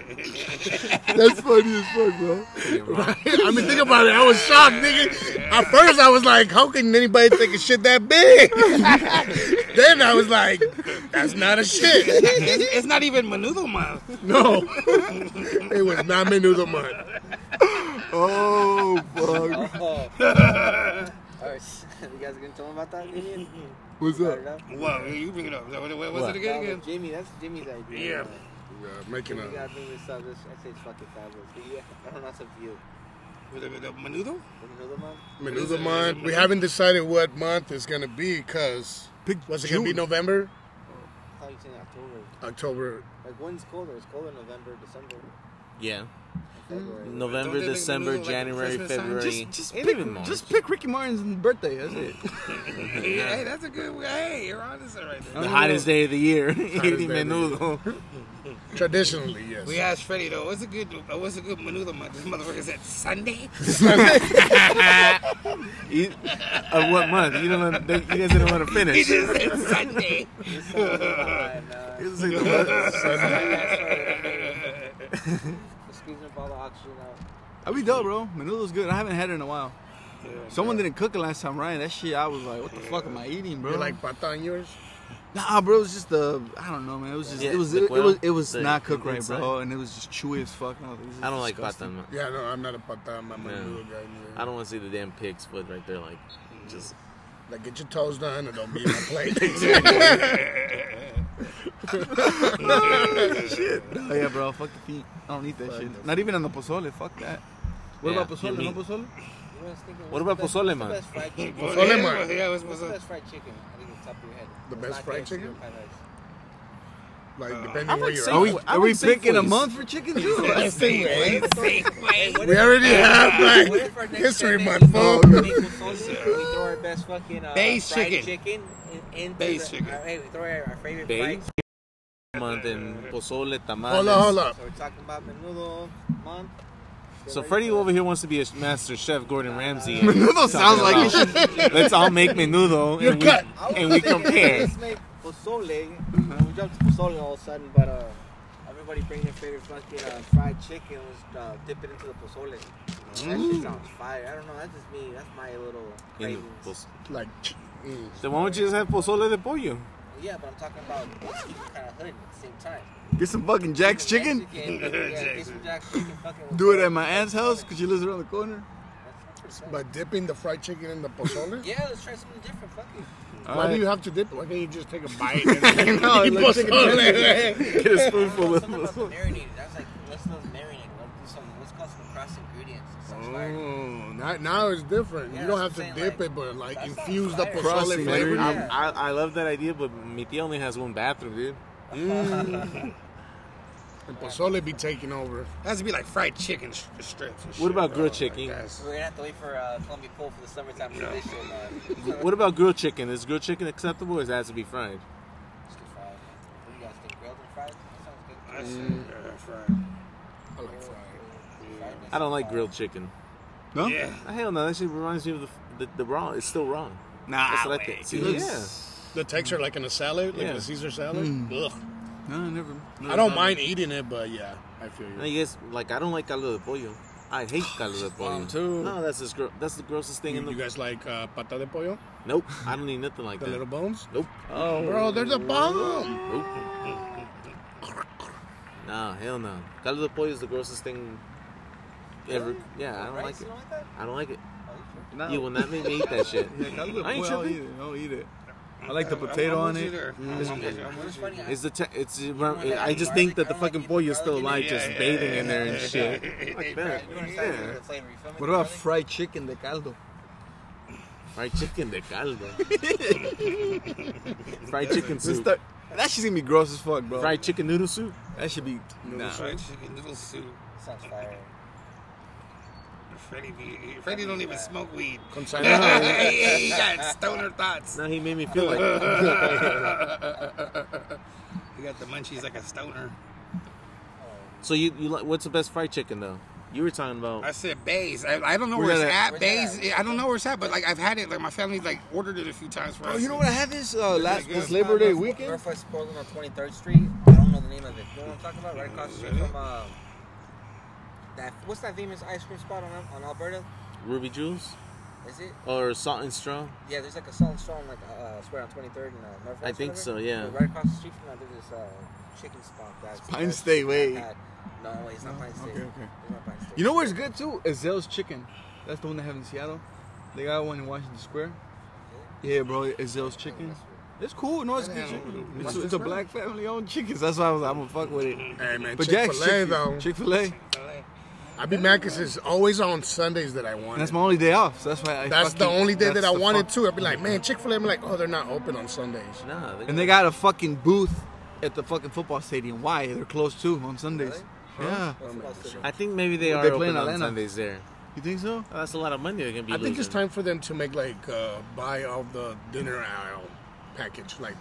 S2: That's funny as fuck, bro.
S5: I mean, think about it. I was shocked, nigga. At first, I was like, "How can anybody think a shit that big?" then I was like, "That's not a shit."
S3: It's, it's not even Menudo month.
S5: No, it was not menudo month.
S2: Oh fuck.
S4: Oh. Alright, you guys gonna tell him about that, Damien?
S2: What's up?
S4: Brought it up?
S3: Whoa, you bring it up. What, what was
S1: What?
S3: it again?
S4: That was
S3: again?
S4: Jimmy, that's Jimmy's idea.
S3: Yeah.
S5: Yeah, making
S4: You
S5: a
S4: gotta bring this up. This, I say it's fucking fabulous. But yeah, I don't know, that's up to you.
S3: With the, with the Menudo?
S4: Wanna know the month?
S5: menudo month. We haven't decided what month it's gonna be because
S2: Pick
S5: was it gonna be
S2: June.
S5: November,
S4: I thought you said October.
S5: October?
S4: Like, when's colder? It's colder in November, December,
S1: yeah,
S4: February.
S1: November,
S3: they make
S1: December,
S3: Menudo like
S1: January,
S3: Christmas time?
S1: February.
S2: Just, just
S1: Ain't
S2: pick,
S1: even March.
S2: just pick Ricky Martin's birthday. That's it.
S3: Hey, that's a good way. Hey, you're on this right there.
S1: the hottest day of the year. Eating
S5: day of the
S1: menudo.
S5: Traditionally, yes.
S3: We asked Freddie though, what's a good uh, what's a good Menudo month? This motherfucker said Sunday?
S1: Eat, of what month? You don't. know- They, you guys didn't want to
S3: He
S1: finish.
S3: just said Sunday.
S4: And, uh,
S1: It's like the-
S4: squeezing up all the oxygen out.
S2: I be dope, bro. Menudo's good. I haven't had it in a while. Someone didn't cook it last time, Ryan. That shit, I was like, what the fuck am I eating, bro?
S5: You like pataños?
S2: nah, bro. It was just the, I don't know, man. It was just,
S1: Yeah,
S2: it was,
S1: the
S2: it, it
S1: quail,
S2: was, it was
S1: the
S2: not cooked right,
S1: inside.
S2: bro. And it was just chewy as fuck. I, was this is
S1: I don't like
S2: disgusting.
S1: patan.
S5: Yeah, no, I'm not a pata. I'm a menudo guy. man.
S1: I don't want to see the damn pig's foot right there. Like, just
S5: Like, get your toes done and don't be in my plate.
S2: Oh yeah, bro. Fuck the feet. I don't eat that shit. Not even on the pozole. Fuck that. What
S1: Yeah,
S2: about pozole?
S1: you
S2: No
S1: mean-
S2: pozole?
S4: You know what I was thinking?
S1: What
S4: What's
S1: about
S4: the
S1: pozole,
S4: best-
S1: man?
S4: what's the best fried chicken?
S3: Well,
S5: Pozole
S3: yeah,
S5: month.
S3: Yeah, what's, what's
S4: What's the
S3: up?
S4: best fried chicken? I think it's top of your head.
S5: The
S4: It's
S5: best
S4: not
S5: fried
S4: KFC or
S5: chicken?
S4: Five Guys.
S5: like,
S1: I'm
S5: depending
S1: like
S5: where you're
S1: saying-
S2: Are we,
S1: I would
S2: are we
S1: say
S2: picking a
S1: please.
S2: month for chicken too?
S5: Stingray.
S3: Stingray.
S5: at. We already have
S4: What if our
S5: Black
S4: next
S5: History
S4: Sunday
S5: Month.
S4: is
S5: fool.
S4: we make pozole, we throw our best fucking uh,
S3: Base
S4: fried
S3: chicken.
S4: in- into
S3: Base
S4: the,
S3: chicken.
S4: uh, hey, we throw our, our favorite fried
S1: bait month and pozole tamales.
S5: Hold up, hold up.
S4: So we're talking about menudo month. Get
S1: So
S4: ready
S1: Freddie
S4: for
S1: over
S4: it.
S1: here wants to be a master chef, Gordon Ramsay.
S2: Menudo sounds like shit.
S1: Let's all make menudo
S5: You're
S1: and we,
S5: cut.
S4: I was
S1: and we
S4: thinking,
S1: compare.
S4: Let's make pozole. We jumped to pozole all of a sudden, but uh, everybody bring their favorite fucking uh, fried chicken. Let's uh, dip it into the pozole. That shit sounds fire. I don't know. That's just me. That's my little
S1: In
S4: cravings.
S1: the pos-
S5: Like, mm.
S1: Then why don't you just have pozole de pollo?
S4: Yeah, but I'm talking about kind of hood at the same time.
S2: Get some fucking Jack's chicken.
S4: Yeah, get some Jack's chicken. Fucking with
S2: Do it
S4: that.
S2: at my aunt's house because she lives around the corner.
S4: That's not pretty
S5: but dipping the fried chicken in the pozole?
S4: bad. Yeah, let's try something different. Fuck it.
S5: Why do you have to dip it? Why can't you just take a bite and
S2: No,
S5: eat
S2: like chicken
S5: pozole?
S1: Get a
S4: I don't
S1: spoonful
S4: know,
S1: of
S4: something about the marinated. I was like, let's not marinate. Let's do some. Let's call some compressed ingredients and such like.
S5: Oh, now, now it's different.
S4: Yeah,
S5: you don't have
S4: that's
S5: to
S4: what I'm saying,
S5: dip
S4: like,
S5: it, but like
S4: that's not
S5: infuse the
S4: fire.
S5: pozole
S2: Crossing
S5: flavor.
S2: Yeah.
S1: I'm- I, I love that idea, but mi tía only has one bathroom, dude.
S5: And pozole be taking over.
S3: It has to be like fried chicken sh- strips. and
S1: What
S3: shit,
S1: about
S3: bro,
S1: grilled
S3: I
S1: chicken?
S3: guess.
S4: We're gonna have to wait for uh, Columbia Pool for the summertime tradition. Uh,
S1: What about grilled chicken? Is grilled chicken acceptable, or does it have to be fried?
S4: just get fried. What do you guys think? Grilled and fried? That sounds
S3: I
S4: good.
S3: see. Yeah, fried.
S5: I like fried.
S4: Fried
S1: I don't like
S4: fried.
S1: grilled chicken. Ah,
S2: No?
S3: Yeah.
S1: Hell no, that shit reminds me of the the, the raw. It's still wrong.
S2: Nah.
S1: That's what I think. See, yeah.
S5: The texture, like in a salad, like
S1: Yeah.
S5: a Caesar salad. Ugh.
S2: No, never.
S5: I don't mind eating it, but yeah, I feel
S1: No,
S5: you.
S1: you guys like I don't like caldo de pollo. I hate caldo de pollo.
S2: Mine too.
S1: No, that's just gro- that's the grossest thing in
S5: You,
S1: the.
S5: you guys like uh, pata de pollo?
S1: nope, I don't need nothing like
S5: The
S1: that.
S5: little bones?
S1: Nope,
S2: Oh,
S5: Bro, there's a bomb!
S1: nope. nah, hell no. Caldo de pollo is the grossest thing ever. Yeah, I don't
S4: Rice?
S1: like it.
S4: You don't like that?
S1: I don't like it.
S4: Oh, you
S2: No.
S4: sure?
S1: You will not make me eat that shit.
S2: Yeah,
S1: I
S2: I,
S1: ain't
S2: will eat
S1: tripping.
S2: it. I'll eat it. I like the potato on it.
S4: It's funny. I-
S1: It's the te- it's.
S4: like
S1: I just
S4: garlic?
S1: think that the
S4: I don't like
S1: fucking
S4: eating
S1: pollo is still
S4: garlic in
S1: alive,
S4: it.
S1: just
S3: Yeah,
S1: bathing
S3: yeah,
S1: in there and
S3: yeah,
S1: shit.
S3: yeah.
S1: Like
S4: You
S1: that.
S4: understand
S1: Yeah.
S4: the flavor, you feel me?
S2: What about
S4: Garlic?
S2: fried chicken de caldo?
S1: Fried chicken de caldo. Fried chicken
S2: Let's
S1: soup.
S2: start. That shit's gonna be gross as fuck, bro.
S1: Fried chicken noodle soup.
S2: That should be. Nah.
S3: Fried chicken noodle soup.
S4: Sounds fire.
S3: Freddie, be- Freddie don't even smoke weed.
S5: Consigna.
S3: he got stoner thoughts.
S1: No, he made me feel like
S3: He got the munchies like a stoner.
S1: So you, you like what's the best fried chicken though? You were talking
S3: I
S1: about
S3: said Bays. I, I don't know
S1: Where's
S3: where it's
S1: that at?
S3: at.
S4: Where's
S3: Bays.
S4: that at?
S3: I don't know where it's at, but like I've had it. Like my family like ordered it a few times for
S2: Oh,
S3: us.
S2: you know what I had this uh, last
S3: good.
S2: this Labor Day
S4: North-
S2: weekend?
S4: Northwest Portland on 23rd Street. I don't know the name of it. You know what I'm talking about? Right across the street from um, that. What's that famous ice cream spot on on Alberta?
S1: Ruby Jewels
S4: Is it?
S1: or Salt and Straw.
S4: Yeah, there's like a salt and straw on like uh, square on 23rd and uh, Northwest.
S1: I think
S4: whatever.
S1: so, yeah.
S4: Right across the street from that, there's this uh, chicken spot that's
S2: Pine
S4: that's-
S2: State Way.
S4: I've had- No, it's not Pine State.
S2: okay, okay.
S4: It's not Pine State.
S2: You know where's good too? Azale's Chicken. That's the one they have in Seattle. They got one in Washington Square. Yeah, bro, Azale's Chicken. It's cool. No, it's good chicken. It's, it's a black family-owned chicken. That's why I was, I'm gonna fuck with it.
S5: Hey man,
S2: But
S5: Chick
S2: yeah,
S5: Fil A though.
S2: Chick Fil A.
S5: I be mad 'cause it's always on Sundays that I
S2: That's
S5: want. That's,
S2: my only day off. So that's why. I
S5: that's the
S2: fucking-
S5: only day
S2: that's
S5: that I
S2: the
S5: wanted
S2: fuck-
S5: to. I'd be like, man, Chick Fil A. I'm like, oh, they're not open on Sundays.
S1: Nah, they
S2: And they got a fucking booth at the fucking football stadium. Why? They're closed too on Sundays. Yeah.
S4: What's the most-
S1: I think maybe they are
S2: They play
S1: open
S2: in
S1: on
S2: Atlanta.
S1: Sundays there.
S2: You think so?
S1: Oh, that's a lot of money they're gonna be.
S5: I think it's
S1: losing.
S5: time for them to make like uh, buy of the dinner aisle package, like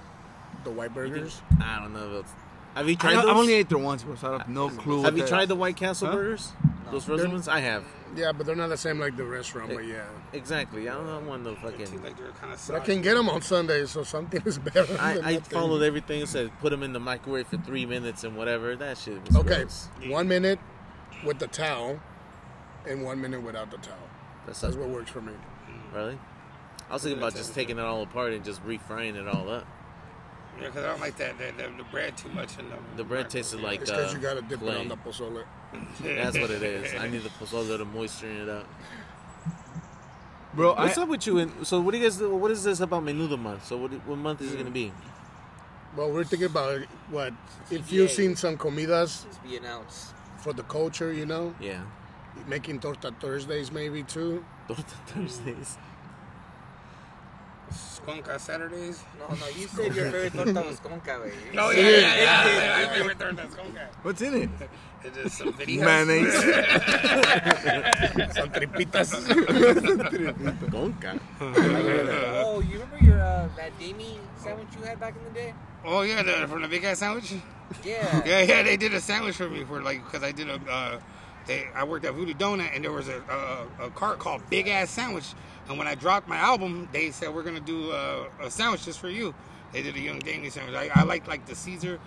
S5: the white burgers.
S1: I don't know. If it's, have you
S2: I
S1: tried
S2: don't-
S1: those?
S2: I've only ate there once, bro, so I have no clue. what
S1: have you
S2: that-
S1: tried the White Castle
S2: Huh?
S1: burgers? Those frozen ones? I have.
S5: Yeah, but they're not the same like the restaurant. But yeah,
S1: Exactly. I don't want no
S3: It
S1: fucking.
S3: seemed like they were kind of
S5: but I
S3: soft.
S5: can get them on Sundays, so something is better. Than
S1: I, I
S5: nothing.
S1: followed everything. It said put them in the microwave for three minutes and whatever. That shit was
S5: Okay,
S1: gross.
S5: one minute with the towel, and one minute without the towel.
S1: That sounds
S5: That's what works for me.
S1: really. I was thinking about just taking it all apart and just refrying it all up.
S3: Yeah, 'cause I don't like that, that, that the bread too much. In the,
S1: The bread tasted like
S5: It's
S1: uh,
S5: because you gotta dip it
S1: clay.
S5: on the pozole.
S1: That's what it is. I need the pozole to moisten it up.
S2: Bro, I,
S1: What's up with you? And so, what do you guys? What is this about Menudo month? So, what, what month is it gonna be?
S5: Well, we're thinking about what infusing some comidas
S4: Please be announced.
S5: for the culture, you know,
S1: Yeah,
S5: making torta Thursdays maybe too.
S1: Torta Thursdays.
S3: Skunka Saturdays.
S4: No, no, you said your favorite torta was conca, wey.
S3: Oh yeah, yeah, yeah. yeah, yeah. My favorite third that's Skunka.
S2: what's in it?
S3: It is some videos.
S2: Mayonnaise.
S5: Some tripitas.
S1: Gonca.
S4: Oh, you remember your uh, that Demi sandwich you had back in the day?
S3: Oh yeah, the, from the big ass sandwich.
S4: Yeah.
S3: Yeah, yeah, they did a sandwich for me for like because I did a. Uh, they, I worked at Voodoo Donut and there was a, a, a cart called Big Ass Sandwich. And when I dropped my album, they said we're gonna do a, a sandwich just for you. They did a Young Danny sandwich. I, I liked like the Caesar.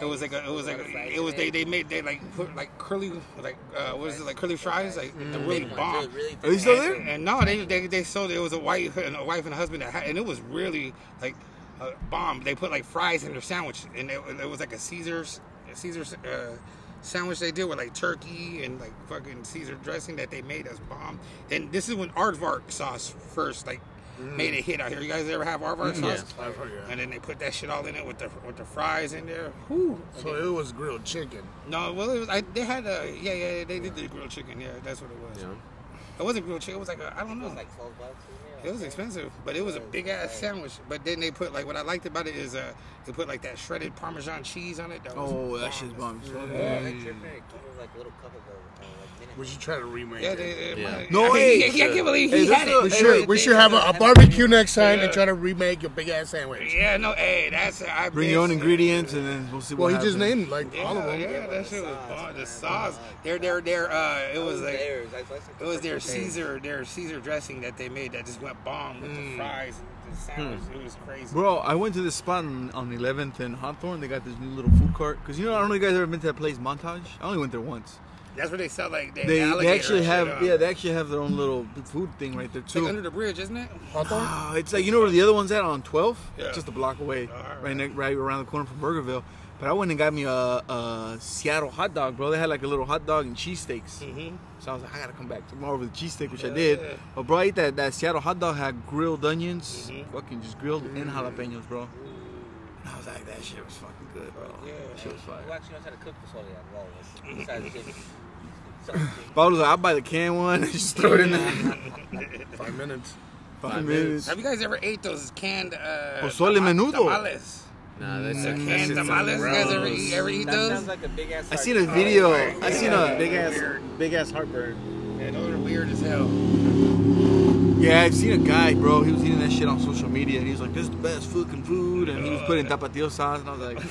S3: It was like a, it was like a, it was they they made they like put like curly like uh, what is it like curly fries like
S4: Mm-hmm.
S3: the really bomb.
S2: Are you still there?
S3: And, and no, they, they they sold it. It was a wife and a wife and a husband that had, and it was really like a bomb. They put like fries in their sandwich, and it, it was like a Caesar's a Caesar's uh, sandwich they did with like turkey and like fucking Caesar dressing that they made as bomb. Then this is when aardvark sauce first like
S2: Mm.
S3: made it hit out here. You guys ever have Arvar sauce?
S1: Yeah.
S5: I've heard, yeah.
S3: And then they put that shit all in it with the with the fries in there. Whew.
S5: So it was grilled chicken.
S3: No, well, it was, I, they had a yeah, yeah, they did the grilled chicken. Yeah, that's what it was.
S1: You know?
S3: It wasn't grilled chicken. It was like a, I don't
S4: It
S3: know.
S4: was like 12 bucks. wasn't
S3: It was expensive, but it was a big ass sandwich. But then they put like what I liked about it is uh they put like that shredded Parmesan cheese on it. That was
S2: Oh, that shit's bomb.
S4: Yeah, that trip there, it was like a little cup ago, uh, like minutes.
S5: We should try to remake
S3: yeah,
S5: it.
S3: they, they-
S1: Yeah.
S3: my-
S2: No,
S3: I, mean,
S2: hey,
S3: yeah, I can't believe
S2: Hey,
S3: he
S2: this
S3: had
S2: is-
S3: it.
S5: we should, we should have a, a barbecue next time and try to remake your big ass sandwich.
S3: Yeah, no, hey, that's I
S2: Bring your own
S3: miss-
S2: ingredients and then we'll see
S5: Well,
S2: what
S5: he just
S2: happens.
S5: named like
S3: Yeah,
S5: all of them.
S3: yeah, that shit was
S4: sauce,
S3: bomb. The
S4: man.
S3: sauce, they're they're they're uh, it was like
S4: theirs. I- I said-
S3: it was their
S4: Theirs.
S3: Caesar their Caesar dressing that they made that just went bomb with the fries and
S5: Hmm.
S3: the sandwich. It was crazy.
S2: Hmm. Bro, I went to this spot on, on 11th and Hawthorne. They got this new little food court. Because, you know, I don't know if you guys ever been to that place, Montage? I only went there once.
S3: That's where they sell like the
S2: They, they
S3: alligator
S2: actually
S3: shit
S2: have,
S3: on.
S2: yeah, they actually have their own little food thing right there,
S3: It's like under
S2: too.
S3: the bridge, isn't it?
S5: Hawthorne?
S2: Ah, it's like, you know where the other one's at on 12th?
S3: Yeah.
S2: Just a block away,
S3: Alright.
S2: right, ne- right around the corner from Burgerville. But I went and got me a, a Seattle hot dog, bro. They had like a little hot dog and cheesesteaks.
S3: Mm-hmm.
S2: So I was like, I gotta come back tomorrow with a cheesesteak, which I did. But bro, I ate that, that Seattle hot dog had grilled onions,
S3: Mm-hmm.
S2: fucking just grilled and jalapenos, bro. And I was like, that shit was fucking good, bro.
S3: Yeah.
S2: That shit was fire.
S4: Who actually knows how to cook this whole damn roll? Besides Jimmy. Besides Jimmy.
S2: But I was like, I'll buy the canned one and just throw it in there.
S5: Five minutes.
S2: Five minutes.
S3: Have you guys ever ate those canned uh,
S2: Pozole
S3: tama-
S2: menudo.
S3: Tamales.
S1: Nah, that's
S3: The
S1: that
S2: Mm,
S3: canned
S1: shit's
S3: tamales. You guys ever
S1: gross.
S3: eat, ever eat
S4: That sounds
S3: those?
S4: like a big ass.
S2: I seen a video. I seen a
S1: big ass, big ass heartburn.
S3: Yeah, those are weird as hell.
S2: yeah, I've seen a guy, bro. He was eating that shit on social media, and he was like, "This is the best fucking food," and he was putting tapatio sauce, and I was like,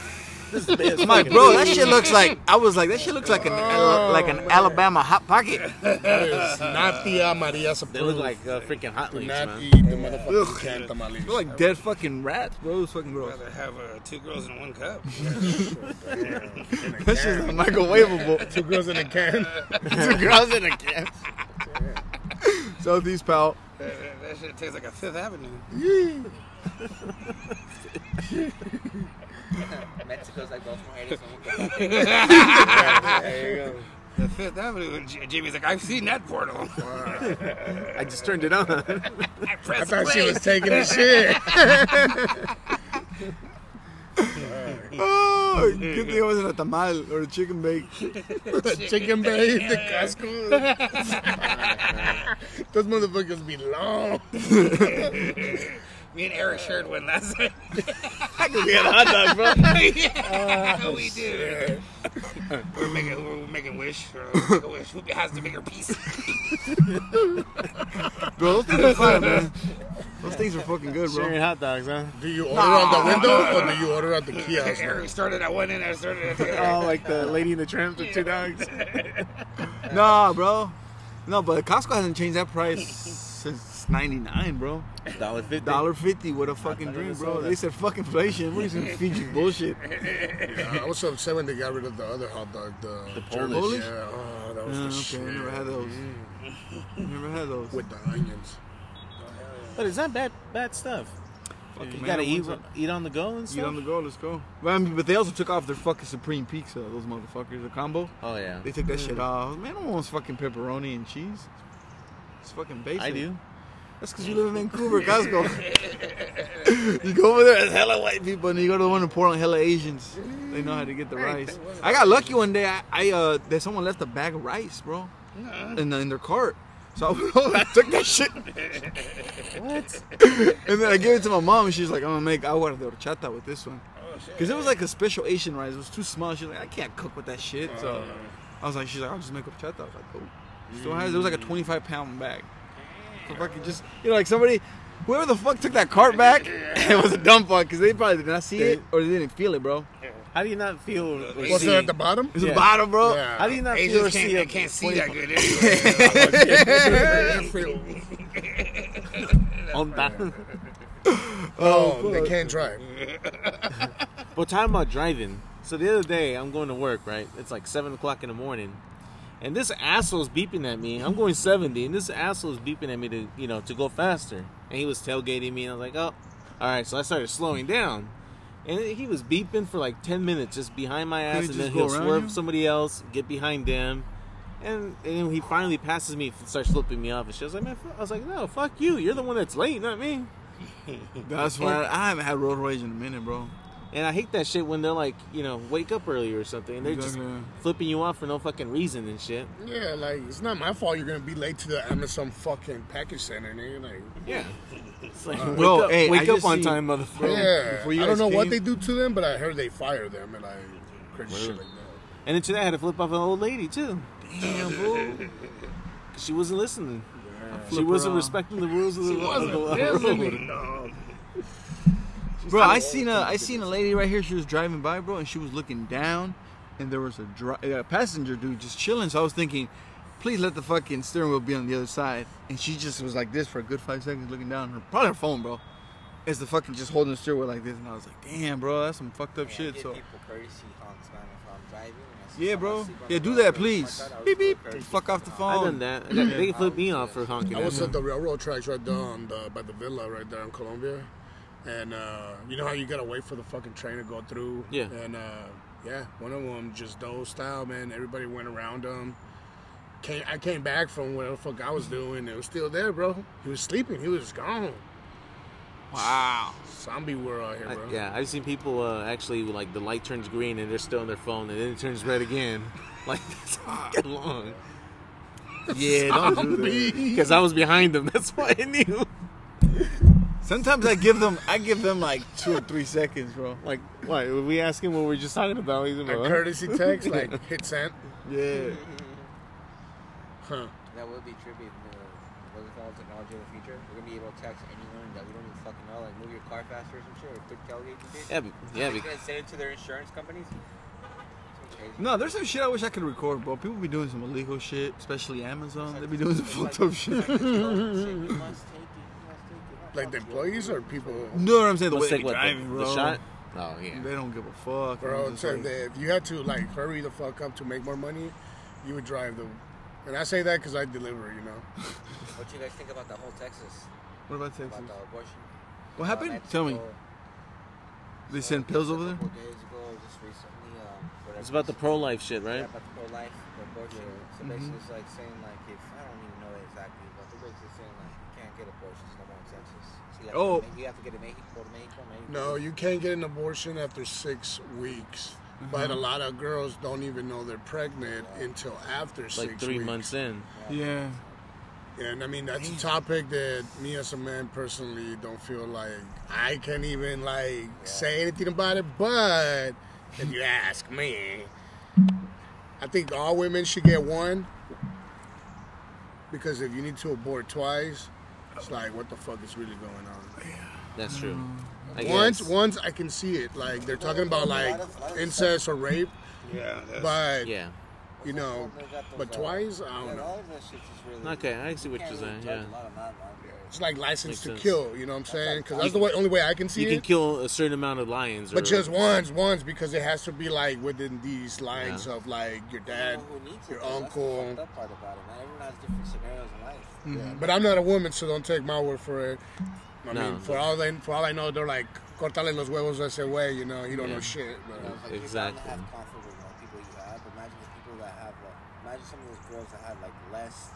S1: This is bad.
S2: "I'm like, bro, that shit looks like." I was like, "That shit looks like an Ala- like an Alabama hot pocket."
S5: That is not the uh, Maria's
S1: They look
S5: approved.
S1: like uh, freaking hot
S5: Do
S1: links,
S5: not
S1: man.
S5: eat the motherfucking canned tamales.
S2: They're like dead fucking rats, bro. It's fucking
S3: I'd
S2: gross.
S3: rather have uh, two girls in one cup.
S2: That's just microwavable.
S5: Two girls in a can.
S2: Two girls in a can. Southeast pal.
S3: that, that- that shit tastes like a Fifth Avenue.
S4: Mexico's like Baltimore haters. so we'll go back there.
S3: The Fifth Avenue. and J- Jamie's like, I've seen that portal.
S1: I just turned it on.
S3: I
S5: I
S3: pressed
S5: thought she
S3: play.
S5: was taking a shit.
S2: Oh, good thing it wasn't a tamal or a chicken bake.
S5: Chicken bake, the Costco. Those motherfuckers be long.
S3: Me and Eric shared one last night.
S2: We had a hot dog, bro.
S3: yeah, we did. we're making we're making wish. Or make a wish. Who has the bigger piece?
S2: Bro, those things are fire, man. Those things are fucking good,
S1: Sharing
S2: bro.
S1: hot dogs, huh?
S5: Do you order out the window or do you order out the kiosk?
S3: Eric started at one end. I started at the other.
S1: Oh, like the lady in the tramp with two dogs.
S2: Nah, bro. No, but Costco hasn't changed that price since '99, bro.
S1: Dollar fifty.
S2: Dollar fifty, what a fucking dream, bro. They said fuck inflation. What is this Fiji bullshit? Uh,
S5: Yeah, I was upset when they got rid of the other hot dog, the,
S1: The
S5: German.
S2: Polish?
S5: Yeah, oh, that was
S2: Yeah,
S5: the
S2: okay,
S5: shit.
S2: I never had those. Never had those.
S5: With the onions.
S1: But it's not bad, bad stuff.
S2: Fucking
S1: you
S2: man,
S1: gotta
S2: I
S1: eat,
S2: want
S1: eat on the go and
S2: You
S1: stuff.
S2: on the go, let's go. But, I mean, but they also took off their fucking Supreme Pizza, those motherfuckers, the combo.
S1: oh yeah,
S2: They took that shit off. Man, I don't want fucking pepperoni and cheese. It's fucking basic.
S1: I do.
S2: That's because you live in Vancouver, Costco. you go over there, there's hella white people, and you go to the one in Portland, hella Asians. They know how to get the rice. I got lucky one day. I, I uh, that someone left a bag of rice, bro, in, the, in their cart. So I, went over, I took that shit,
S1: What?
S2: and then I gave it to my mom, and she's like, "I'm gonna make agua de horchata with this one."
S3: Oh, shit.
S2: Cause it was like a special Asian rice. It was too small. She's like, I can't cook with that shit. So
S3: Uh.
S2: I was like, she's like, I'll just make up chata. I was like, "Oh." cool. Still has. It was like a 25 pound bag. So fucking just, you know, like somebody, whoever the fuck took that cart back, it was a dumb fuck. Cause they probably did not see it or they didn't feel it, bro.
S1: How do you not feel? Or
S5: Was
S1: see-
S5: it at the bottom?
S2: It's
S1: Yeah.
S2: a bottle, bro.
S5: Yeah.
S1: How do you not feel or
S3: Asians
S1: see?
S3: can't, they
S1: a
S3: can't see
S1: 20
S3: that good anyway.
S1: on that?
S5: Oh, they can't drive.
S1: But talking about driving, so the other day I'm going to work, right? It's like seven o'clock in the morning, and this asshole's beeping at me. I'm going seventy, and this asshole's beeping at me to you know to go faster, and he was tailgating me, and I was like, oh, all right. So I started slowing down, and he was beeping for like ten minutes just behind my ass,
S2: he
S1: and
S2: just
S1: then
S2: go
S1: he'll
S2: around
S1: swerve
S2: you?
S1: somebody else, get behind them. And, and he finally passes me, starts flipping me off, and she was like, "Man, fu-" I was like, no, fuck you. You're the one that's late, not me."
S2: That's why I haven't had road rage in a minute, bro.
S1: And I hate that shit when they're like, you know, wake up early or something, and they're
S2: Exactly, yeah.
S1: just flipping you off for no fucking reason and shit.
S5: Yeah, like it's not my fault you're gonna be late to the Amazon fucking package center, nigga. Like,
S1: Yeah. It's like, wake
S2: Bro,
S1: up,
S2: hey, I
S1: wake up
S2: just
S1: on
S2: seen-
S1: time, motherfucker.
S5: yeah,
S2: before you
S5: I don't
S2: guys
S5: know what
S2: came-
S5: they do to them, but I heard they fire them and like crazy shit like that.
S1: And then today I had to flip off an old lady too. Damn, bro. she wasn't listening. She
S2: Flip her
S1: wasn't
S2: off.
S1: respecting the rules of the, of the of the road.
S5: No.
S2: Bro, I seen a I seen a lady right here. She was driving by, bro, and she was looking down, and there was a, dri- a passenger dude just chilling. So I was thinking, please let the fucking steering wheel be on the other side. And she just was like this for a good five seconds, looking down. Her probably her phone, bro, is the fucking just holding the steering wheel like this. And I was like, damn, bro, that's some fucked up
S4: Yeah, I
S2: shit.
S4: give
S2: So
S4: people courtesy honks, man, if I'm driving. and I see
S2: yeah,
S4: someone
S2: bro,
S4: sleep on
S2: yeah,
S4: the
S2: do
S4: road,
S2: that,
S4: I would
S2: please.
S4: fuck out, I would
S2: Beep
S4: do a
S2: beep,
S4: courtesy
S2: fuck off the
S4: honk.
S1: I
S2: phone.
S1: done that. I got, they flipped me off for honking.
S5: I
S1: at
S5: was
S1: me.
S5: at the railroad tracks right there on the by the villa right there in Colombia, and uh, you know how you gotta wait for the fucking train to go through.
S1: Yeah.
S5: And uh, yeah, one of them just dozed out, man. Everybody went around them. Came, I came back from whatever the fuck I was doing. It was still there, bro. He was sleeping. He was gone.
S3: Wow.
S5: Zombie world out here,
S1: I-
S5: bro.
S1: yeah, I've seen people uh, actually like the light turns green and they're still on their phone, and then it turns red again. Like that's fucking long.
S2: Yeah, don't do that.
S1: Because I was behind them. That's why I knew.
S2: Sometimes I give them I give them like two or three seconds, bro.
S1: Like, why? Were we asking what we were just talking about? He's like,
S5: A
S1: "Huh?"
S5: courtesy text, like hit sent.
S2: Yeah.
S5: Huh.
S4: That would be trippy. uh, What we call it, technology of the future. We're gonna be able to text anyone that we don't even fucking know, like move your car faster or some shit, or click tailgate and shit.
S1: Yeah, be- yeah.
S4: Are
S1: be-
S4: you gonna send it to their insurance companies? Some crazy-
S2: No, there's some shit I wish I could record, bro. People be doing some illegal shit, especially Amazon. They be doing some
S4: It's like-
S2: fucked up shit.
S4: it's like the children say, "You must take it, you must take it." Oh,
S5: Like the
S4: fuck you.
S5: employees or people.
S2: No, what I'm saying the
S1: Let's take
S2: way they be
S1: what, the-
S2: driving,
S1: the,
S2: bro.
S1: shot. Oh yeah.
S2: They don't give a fuck,
S5: Bro,
S2: It's
S5: so
S2: like-
S5: that if you had to like hurry the fuck up to make more money, you would drive the. And I say that because I deliver, you know.
S4: What you guys think about the whole Texas?
S2: What about Texas?
S4: About the abortion?
S2: What
S4: Uh,
S2: happened? Tell me.
S4: Mexico,
S2: They
S4: uh,
S2: send pills
S4: just a
S2: over there.
S4: couple days ago, just recently, um, whatever
S1: It's about the pro-life shit,
S4: Yeah,
S1: right? Mm-hmm.
S4: about the pro-life the abortion. So
S2: Mhm.
S4: basically, it's like saying like if I don't even know exactly, but they're basically saying like you can't get abortions no more in Texas. So you have
S2: Oh.
S4: to, you have to get a Mexico, to Mexico, Mexico.
S5: No, you can't get an abortion after six weeks. But a lot of girls don't even know they're pregnant until after
S1: Like
S5: six
S1: three
S5: weeks.
S1: months in.
S2: Yeah.
S5: And I mean, that's a topic that me as a man personally don't feel like I can even like say anything about it. But if you ask me, I think all women should get one because if you need to abort twice, it's like what the fuck is really going on.
S1: That's true. I
S5: Mm. Once,
S1: guess.
S5: once I can see it. Like they're talking about like incest or rape,
S3: Yeah. That's,
S5: but
S1: Yeah.
S5: you know, but twice, I don't
S4: Yeah,
S5: know.
S4: all of that shit's just really.
S1: Okay, I see
S4: you
S1: what
S4: can't
S1: you're
S4: really
S1: saying,
S4: judge
S1: yeah.
S4: a lot of that, man.
S5: It's like license
S1: Makes
S5: to
S1: sense.
S5: kill. You know what I'm saying? Because that's the way, only way I can see
S1: You
S5: it.
S1: can kill a certain amount of lions, or,
S5: But just once, once, because it has to be like within these lines of like your
S4: You don't
S5: dad,
S4: know who needs it,
S5: your
S4: though.
S5: uncle.
S4: That's the fucked up part about it, man. Everyone has different scenarios in life.
S1: Mm-hmm.
S5: Yeah. But I'm not a woman, so don't take my word for it. I
S1: No.
S5: mean, for all they, for all I know, they're like cortale los huevos ese way. You know, you don't
S1: Yeah.
S5: know shit. But,
S4: You know, like
S1: Exactly.
S4: You're bound to have conflict with like, people you have. Imagine the people that have, like, imagine some of those girls that have like less.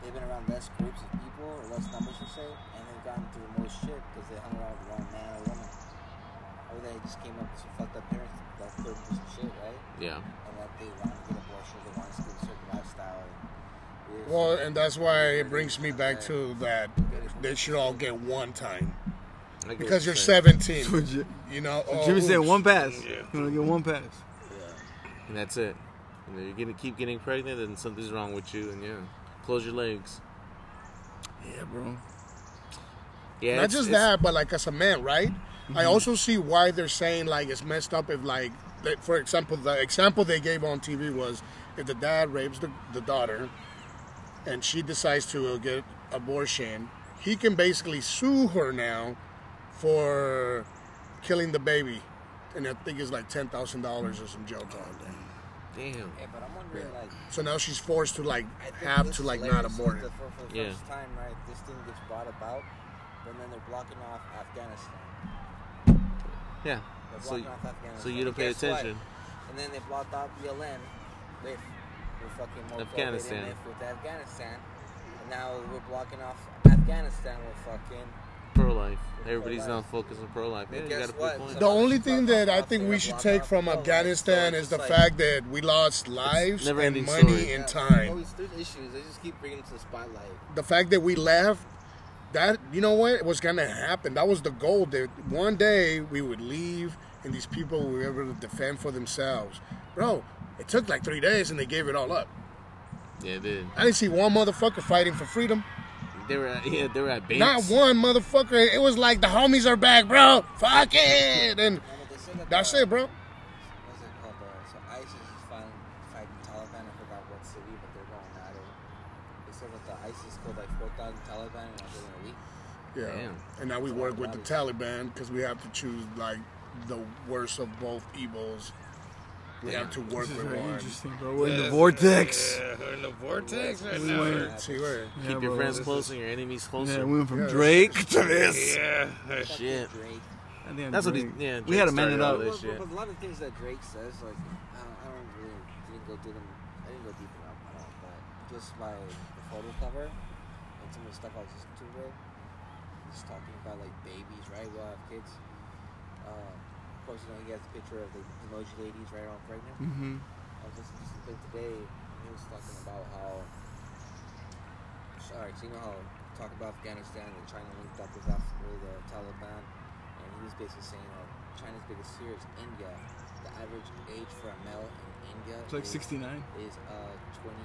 S4: They've been around less groups of people or less numbers, per se, and they've gone through more shit because they hung around with the wrong man or woman, or they just came up with some fucked up parents that put them through some shit, right?
S1: Yeah.
S4: And that they want to get abortion, they want to live a certain lifestyle. And we're-
S5: Well, and that's why it brings me back to that they should all get one time
S1: I get
S5: because
S1: what
S5: you're
S1: saying.
S5: 17.
S2: Jimmy
S5: You know, oh,
S2: said
S5: oops.
S2: one pass.
S3: Yeah.
S2: You want to get one pass.
S1: And that's it. And you're gonna keep getting pregnant, and something's wrong with you. And yeah, close your legs.
S2: Yeah, bro.
S1: Yeah.
S5: Not
S1: it's-
S5: just
S1: it's-
S5: that, but like as a man, right? I
S4: Mm-hmm.
S5: also see why they're saying like it's messed up if like, like, for example, the example they gave on TV was if the dad rapes the, the daughter and she decides to get abortion, he can basically sue her now for killing the baby. And I think it's like ten thousand dollars or some jail
S4: Oh,
S5: time.
S1: Damn.
S4: Yeah, but I'm wondering, like,
S5: So now she's forced to like
S4: I think
S5: have
S4: this
S5: to like
S4: is
S5: not
S4: hilarious.
S5: abort
S4: The
S5: it.
S4: fir- for the
S1: Yeah.
S4: first time, right? This thing gets brought about, and then they're blocking off Afghanistan.
S1: Yeah.
S4: They're
S1: So,
S4: blocking off Afghanistan.
S1: so you don't pay
S4: Guess what?
S1: attention.
S4: And then they blocked off BLM with we're fucking more
S1: Afghanistan.
S4: Afghanistan. with Afghanistan. And now we're blocking off Afghanistan with fucking.
S1: Pro life. Everybody's now focused on pro life. Yeah,
S4: And
S1: you
S4: guess
S1: got to
S4: what?
S1: put points.
S5: The only thing that I think we should take from Afghanistan is the fact that we lost lives
S1: never
S5: and
S1: ending
S5: money
S1: story.
S5: and
S4: Yeah,
S5: time.
S4: Always, there's issues. They just keep bringing them to the spotlight.
S5: The fact that we left, that you know what was gonna happen. That was the goal. That one day we would leave and these people were able to defend for themselves. Bro, it took like three days and they gave it all up.
S1: Yeah, dude.
S5: I didn't see one motherfucker fighting for freedom.
S1: They were at, yeah, they were at
S5: Not
S1: banks.
S5: one motherfucker. It was like the homies are back, bro. Fuck it, and
S4: You know, but they say that
S5: that's
S4: the-
S5: it, bro.
S4: What's it called? Uh, so ISIS is fighting, fighting Taliban. I forgot what city, but they're going at it. They said that the ISIS killed like 4,000 Taliban in like, in a week.
S5: Yeah.
S1: Damn.
S5: And now we work with the Taliban because we have to choose like the worst of both evils. We have to work
S2: This is
S5: with
S2: very
S5: one.
S2: interesting, bro. We're in the
S3: Yeah,
S2: vortex.
S3: yeah, we're in the vortex right
S2: Win, win.
S3: now.
S5: See where?
S2: Yeah,
S1: Keep your
S2: bro.
S1: friends close and your enemies
S2: Yeah,
S1: closer.
S2: we went from
S5: Yeah.
S2: Drake to this.
S3: Yeah.
S4: Fuck
S1: Shit.
S4: you, Drake.
S2: I think I'm
S1: That's what he-
S2: Drake.
S1: yeah,
S2: we
S1: Drake
S2: had to man
S1: started
S2: it
S1: all
S2: up.
S1: this.
S4: Well,
S1: shit.
S4: But, but a lot of things that Drake says, like I don't, I don't really didn't go through them. I didn't go deep enough at all. But just by the photo cover and some of the stuff I was listening to, bro, just talking about like babies, right? We all have kids. Uh, of course, you know he has a picture of the emoji ladies right around pregnant.
S2: Mm-hmm.
S4: I was listening to something today, and he was talking about how. Sorry, so you know how talk about Afghanistan and China linked up with, Af- with the Taliban, and he was basically saying how China's biggest fear is India. The average age for a male in India
S2: It's like
S4: is,
S2: 69.
S4: is uh 20,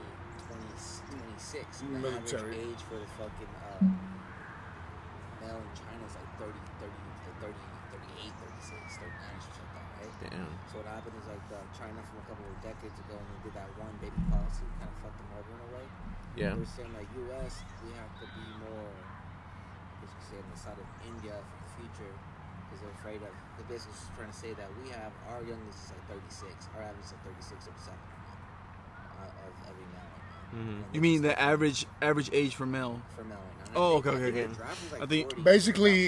S4: 20 26. And the
S5: Military.
S4: average age for the fucking uh, male in China is like 30, 30, 30, 38, 36, 39, or something like that, right?
S1: Damn.
S4: So what happened is like uh, China from a couple of decades ago, when they did that one baby policy, kind of fucked them over in a way.
S1: Yeah.
S4: They were saying like U.S. we have to be more, as you say, on the side of India for the future, because they're afraid of. They're basically just trying to say that we have our youngest is like 36, our average is like 36 or 7 uh, of every male. Right now.
S1: Mhm.
S4: And
S2: You mean the
S4: that's
S2: average average age for male?
S4: for male right now. And I
S2: Oh,
S4: think-
S2: okay,
S4: I
S2: okay,
S4: think the
S2: okay.
S4: draft is, like
S2: I think
S4: 40.
S5: basically-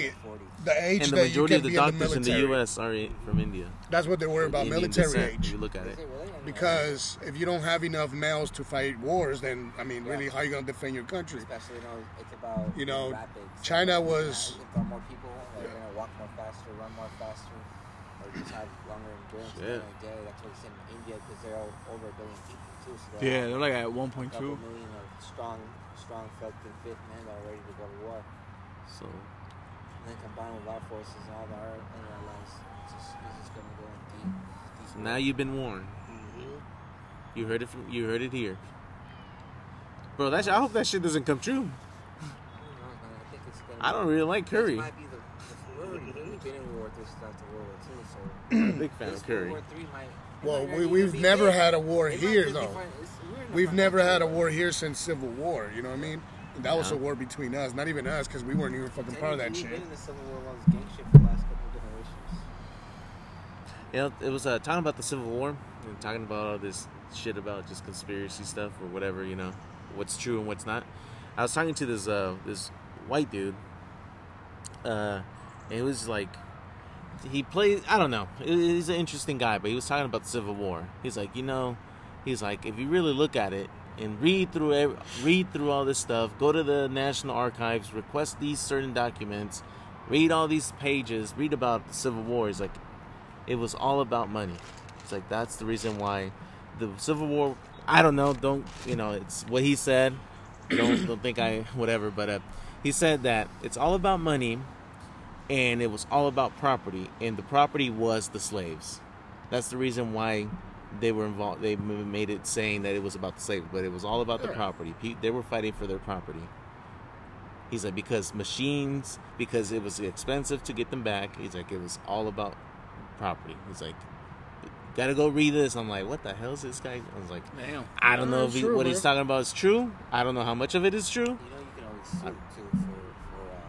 S4: The draft was, like, 40.
S5: The age
S1: And the
S5: that you
S1: majority
S5: can
S1: of the
S5: be in the
S1: doctors in the
S5: military.
S1: U.S. are in- from India.
S5: That's what they worry about,
S1: Indian
S5: military
S1: descent, if
S5: age.
S1: You look at
S4: Is
S1: it.
S4: it really? I didn't know that.
S5: Because if you don't have enough males to fight wars, then I mean, really,
S4: Yeah.
S5: how you gonna defend your country?
S4: especially you know it's about
S5: You know,
S4: rapids.
S5: China
S4: Yeah,
S5: was-
S4: you can throw more people like, you know, walk more faster run more faster or just have longer endurance
S1: Shit.
S4: during the day that's what it's in India because they're all over a billion people too so they
S2: Yeah,
S4: have
S2: they're like at
S4: a couple
S2: 1.2.
S4: million of strong strong fucking fit men that are ready to go to war and
S1: So
S4: then combined with our forces and all the our and our lives it's just, it's just gonna go in deep, deep
S1: now you've been warned.
S2: Mm-hmm.
S1: You heard it. From, you heard it here, bro. That sh- I hope that shit doesn't come true.
S4: Who knows, man? I think it's gonna
S1: I don't
S4: be-
S1: really like
S4: this
S1: curry.
S4: might be the, the we're already- we've already been in World War Three since after World War Two so
S1: I'm a big fan
S4: This
S1: of curry.
S4: World War III might-
S5: Well,
S4: it might
S5: we,
S4: not
S5: we've
S4: even be
S5: never
S4: there.
S5: had a war
S4: It might
S5: here,
S4: be
S5: though.
S4: different. It's- we're in a
S5: We've
S4: different
S5: never had a
S4: country.
S5: war here since Civil War. You know what I mean? And that was
S1: Yeah.
S5: a war between us, not even us, because we weren't even fucking part of that
S4: Technically,
S5: shit.
S4: We've been in the Civil War while it's gang shit for the last couple of generations.
S1: You know, it was uh, talking about the Civil War and talking about all this shit about just conspiracy stuff or whatever, you know, what's true and what's not. I was talking to this uh, this white dude, uh, and it was like he plays. I don't know. He- He's an interesting guy, but he was talking about the Civil War. He's like, you know, he's like, if you really look at it and read through ev- read through all this stuff, go to the National Archives, request these certain documents, read all these pages, read about the Civil War. He's like, it was all about money. It's like that's the reason why the Civil War. I don't know. Don't you know? It's what he said. Don't don't think I whatever. But uh, he said that it's all about money, and it was all about property, and the property was the slaves. That's the reason why they were involved. They m- made it saying that it was about the slaves, but it was all about the property. Pe- They were fighting for their property. He's like because machines, because it was expensive to get them back. He's like it was all about property. He's like, gotta go read this. I'm like, what the hell is this guy? I was like,
S2: Damn.
S1: I don't
S5: Yeah,
S1: know if he,
S5: sure,
S1: what
S5: bro.
S1: he's talking about is true. I don't know how much of it is true.
S4: You know, you can always sue too for for. Uh,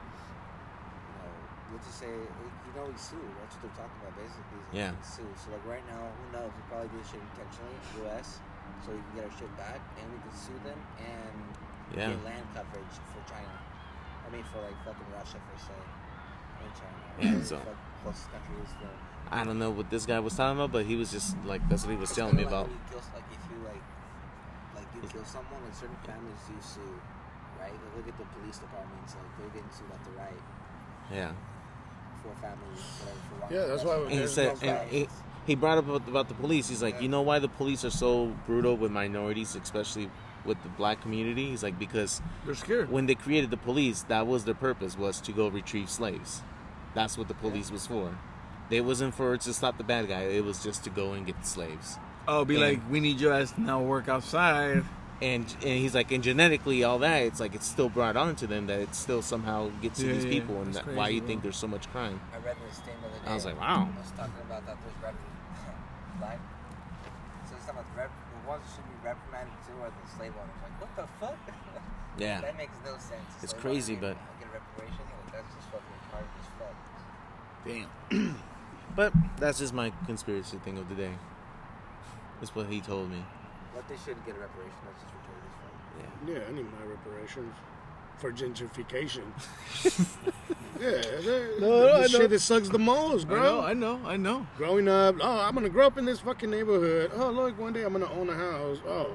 S4: you know, let's just say you can always sue. That's what they're talking about, basically. Is
S1: Yeah.
S4: You can sue. So like right now, who knows? We probably did shit intentionally, U.S. So we can get our shit back, and we can sue them and
S1: Yeah.
S4: get land coverage for China. I mean, for like fucking Russia for say. in China.
S1: So-
S4: Fuck- Plus, country is the-
S1: I don't know what this guy was talking about, but he was just like that's what he was telling me
S4: Kinda like
S1: about.
S4: when you kill, like if you like, like you kill someone, in certain families you sue, right? Like, look at the police departments, like they're getting sued left to right
S1: Yeah.
S4: for families, whatever, for
S5: Yeah, that's why-
S1: And he
S5: There's
S1: said,
S4: no
S1: and he,
S4: violence.
S1: he brought up about, about the police. He's like, you know why the police are so brutal with minorities, especially with the black community? He's like, because
S2: They're scared.
S1: when they created the police, that was their purpose was to go retrieve slaves. That's what the police was for. They wasn't for to stop the bad guy. It was just to go and get the slaves.
S2: Oh, be
S1: Yeah.
S2: like, we need your ass to now work outside.
S1: And and he's like, and genetically, all that. It's like it's still brought on to them that it still somehow gets to
S2: Yeah,
S1: these
S2: yeah.
S1: people, and
S2: That's
S1: that, why
S2: crazy,
S1: you
S2: bro.
S1: think there's so much crime.
S4: I read this thing the other day.
S1: I was like, wow.
S4: I was talking about that there's rep, like, so it's talking about the, rep, the ones that should be reprimanded too are the slave owners. Like, what the fuck?
S1: Yeah.
S4: that makes no sense. The
S1: It's
S4: slave owners
S1: crazy,
S4: get-
S1: but-
S4: get a reparation. Like, that's just fucking hard as fuck.
S2: Damn.
S1: But that's just my conspiracy thing of the day. That's what he told me.
S4: What they should get a reparation. That's just retarded as fuck.
S1: Yeah.
S5: Yeah, I need my reparations for gentrification. yeah, that-
S2: No, no,
S5: the
S2: I know.
S5: shit that sucks the most, bro.
S2: I know, I know, I know.
S5: Growing up, oh, I'm gonna grow up in this fucking neighborhood. Oh, look, one day I'm gonna own a house. Oh,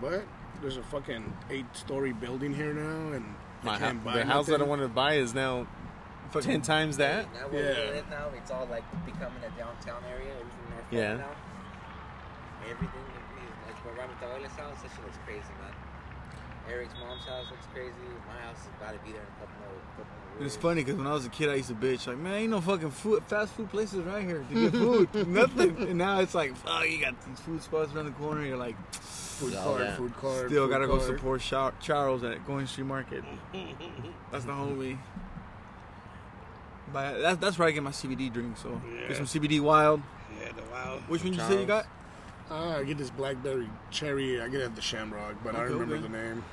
S5: what? There's a fucking eight-story building here now, and I
S1: My
S5: can't
S1: hou-
S5: buy
S1: the house that I
S5: nothing.
S1: wanted to buy is now
S2: Fucking-
S1: ten times that.
S4: Now where
S5: Yeah.
S4: we live now, it's all like becoming a downtown area. Everything in North
S1: Yeah.
S4: Florida now. Everything is like where Robert Tavella's house. That shit looks crazy, man. Eric's mom's house looks crazy. My house is about to be there in a couple more. Couple more
S2: It's
S4: years.
S2: funny because when I was a kid, I used to bitch like, man, ain't no fucking food, fast food places right here to get food, nothing. And now it's like, fuck, you got these food spots around the corner. You're like,
S5: food
S1: Oh,
S5: card,
S1: yeah.
S5: food card.
S2: still
S5: food
S2: gotta go
S5: card.
S2: support Char- Charles at Going Street Market. That's the homie. But that, that's where I get my CBD drink. So
S3: Yeah.
S2: get some CBD Wild.
S3: Yeah, the wild.
S2: Which one you say
S1: Charles.
S2: you got?
S5: Ah, I get this blackberry cherry. I get it at the Shamrock, but I
S2: Okay,
S5: don't remember
S2: okay. Uh,
S5: the name.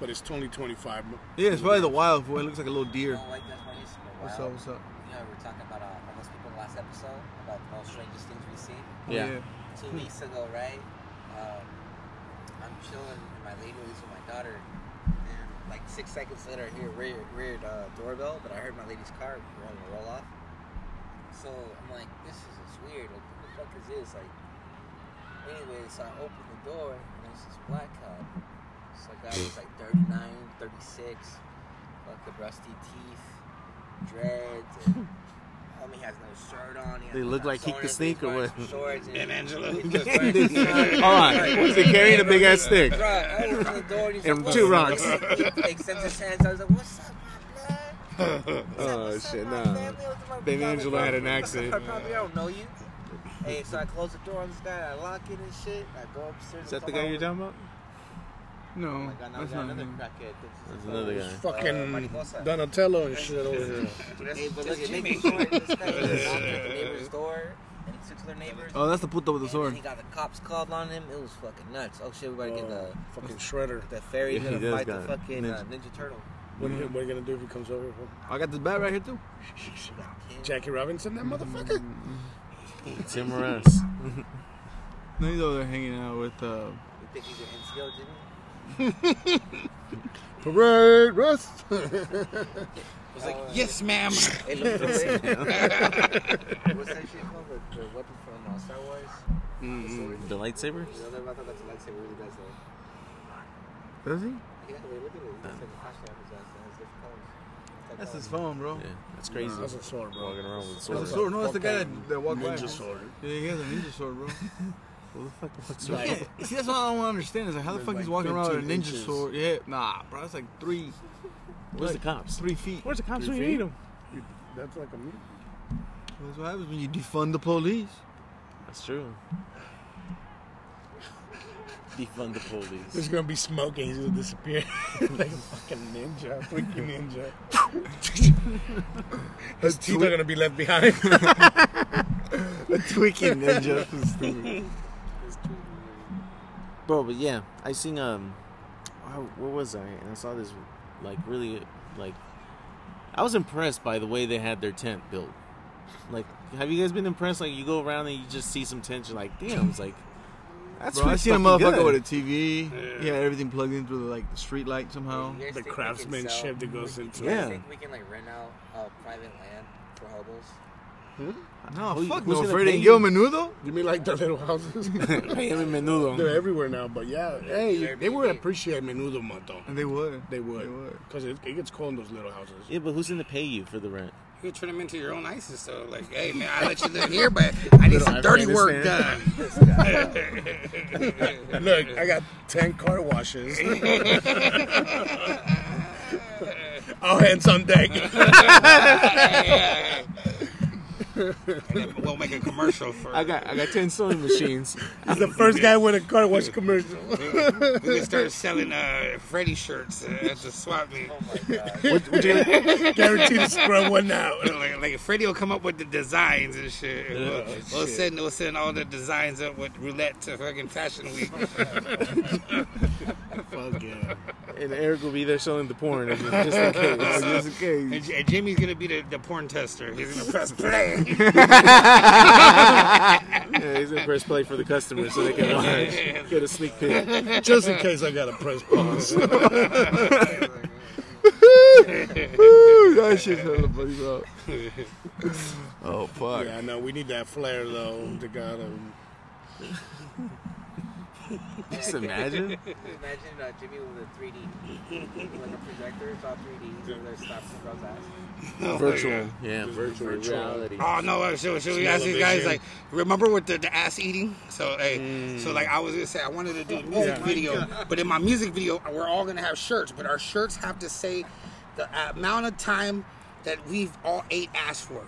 S5: But it's only twenty-five.
S2: Yeah, it's probably the Wild. Boy, it looks like a little
S4: You
S2: deer.
S4: know, like that's why it's been a
S2: What's
S4: while.
S2: up? What's up?
S4: You know, we were talking about uh, homeless people last episode about the most strangest things we've seen.
S1: Yeah.
S4: two
S1: Hmm.
S4: weeks ago, right? Um, I'm chilling in my lady room with my daughter, and like six seconds later, I hear a weird, weird uh, doorbell, but I heard my lady's car rolling to roll off. So I'm like, this is it's weird. Like, what the fuck is this? Like, anyway, so I open the door, and there's this black cop. So guy was like 39, 36, fucking rusty teeth, dreads. And, Homie has no shirt on. He has
S1: They look
S4: no
S1: like Kick the
S4: shorts,
S1: Sneak or
S4: wearing
S1: what?
S4: Shorts
S3: And Angela.
S1: Hold on, they carrying a big ass stick.
S4: Bro, I opened the door and he's
S1: And
S4: like,
S1: two
S4: "What's
S1: rocks.
S4: up?" He like, sends his hands. I was like, what's up, my blood?
S1: Oh
S4: What's up,
S1: shit,
S4: my
S1: nah.
S4: family? What's up, my
S1: Baby
S4: brother?
S1: Angela had an
S4: Bro,
S1: accent.
S4: I probably don't know you. Hey, so I close the door on this guy. I lock it and shit. I go upstairs.
S1: Is that the guy you're talking about?
S2: No,
S4: Oh my god, now we
S2: that's
S4: got
S2: not
S4: another
S2: him.
S4: crackhead.
S1: That's another guy.
S4: Uh,
S5: Fucking
S4: Mariposa.
S5: Donatello and shit over here.
S4: Hey, but look, it made me sure this guy was knocking at the neighbor's door. And he took to their neighbors.
S2: Oh, that's the puta with the
S4: and
S2: sword.
S4: then He got the cops called on him. It was fucking nuts. Oh shit, we better
S2: uh,
S4: get the
S5: Oh, fucking shredder.
S4: the fairy
S1: Yeah, he
S4: gonna
S1: does
S4: fight the
S1: got
S4: fucking
S1: ninja-
S4: uh, Ninja Turtle.
S5: What are, you, what are you gonna do if he comes over?
S2: I got this bat right here too.
S4: She got killed.
S5: Jackie Robinson, that motherfucker.
S1: Tim Russ.
S2: No, he's over there hanging out with. Uh,
S4: You think he's an NCO, didn't he?
S5: Parade, Russ.
S4: I was like,
S3: Yes, ma'am.
S4: Uh, Hey, look, what's that shit called? The, the weapon from uh, Star Wars? The sword?
S1: The lightsaber?
S4: You know, that- I thought that's a lightsaber. Really does though.
S2: does he?
S4: Yeah, wait, look at it. It's like a flashlight. It has it has uh, different colors. It's like,
S2: That's
S4: uh,
S2: his phone, bro.
S1: Yeah, that's crazy.
S5: That's a sword, bro.
S1: Walking around with a
S2: That's
S1: sword.
S2: a sword. No, that's the guy
S5: Fucking
S2: that, that walked by.
S5: Ninja sword.
S2: Yeah, he has a ninja sword, bro.
S1: Who the fuck looks
S5: Like-
S1: like?
S2: See, that's what I don't understand is like how the
S5: There's
S2: fuck he's
S5: like
S2: walking around with a
S5: 15
S2: ninja
S5: inches.
S2: sword. Yeah, nah, bro, that's like three,
S1: Where's the cops?
S2: three feet.
S1: Where's the cops
S5: Three
S1: when you
S5: feet?
S1: need them?
S5: That's like a meme.
S2: That's what happens when you defund the police.
S1: That's true. Defund the police.
S5: There's gonna be smoking. He's gonna disappear like a fucking ninja, freaking ninja. His teeth are gonna be left behind.
S2: Tweaking ninja.
S1: Bro, but yeah, I seen um, I- where was I? And I saw this like really like, I was impressed by the way they had their tent built. Like, have you guys been impressed? Like, you go around and you just see some tents. You're like, damn, it's like That's
S2: Bro, I
S1: pretty
S2: seen a
S1: fucking
S2: motherfucker
S1: good.
S2: with a TV. Yeah. everything plugged in through the, like the street light somehow.
S4: You guys
S5: The
S4: think we can
S5: craftsmanship
S4: sell-
S5: that goes
S4: we-
S5: into
S4: you guys
S2: it.
S4: think we can like rent out uh, private land for hobos?
S2: No,
S1: Who-
S2: fuck
S1: who's
S2: no.
S1: gonna
S2: Freddy
S1: pay
S2: and Gil
S1: you?
S2: Menudo?
S5: You mean like the little houses?
S1: Pay him in menudo.
S5: They're everywhere now, but yeah, hey, they would
S4: Airbnb.
S5: appreciate menudo month though.
S2: And they would.
S5: They
S2: They
S5: would,
S2: would.
S5: because it, it gets cold in those little houses.
S1: Yeah, but who's gonna pay you for the rent?
S3: You turn them into your own ISIS, so like, hey man, I let you live here, but I need some dirty work done.
S5: Look, I got ten car washes. All hands on deck.
S3: And then we'll make a commercial for.
S1: I got I got ten sewing machines.
S5: He's the first guy with a car wash commercial.
S3: We can start selling uh, Freddy shirts uh, at the swap meet.
S4: Oh my god.
S5: Guaranteed to scrub one out.
S3: Like, like Freddie will come up with the designs and shit. And we'll, we'll send we'll send all the designs up with roulette to fucking Fashion Week.
S5: Fuck yeah.
S1: and Eric will be there selling the porn just just in case.
S2: Just in case.
S3: And, J- and Jimmy's gonna be the, the porn tester. He's gonna press play.
S1: Yeah, he's gonna press play for the customer so they can watch, get a sneak peek.
S5: Just in case I gotta press pause.
S2: Woo, that shit's hella funny, bro. Oh fuck!
S5: yeah, I know. We need that flare though. To gotta.
S1: Just imagine.
S4: Imagine uh, Jimmy with a 3D, like a projector, it's all 3D, so there's stuff from girl's ass.
S5: Virtual.
S1: Yeah, virtual,
S5: virtual.
S1: reality.
S3: Oh no! uh, Should, should we ask these guys like remember with the, the ass eating? So hey,
S5: Mm.
S3: so like I was gonna say I wanted to do
S5: Oh
S3: a music video, but in my music video we're all gonna have shirts, but our shirts have to say the amount of time that we've all ate ass for.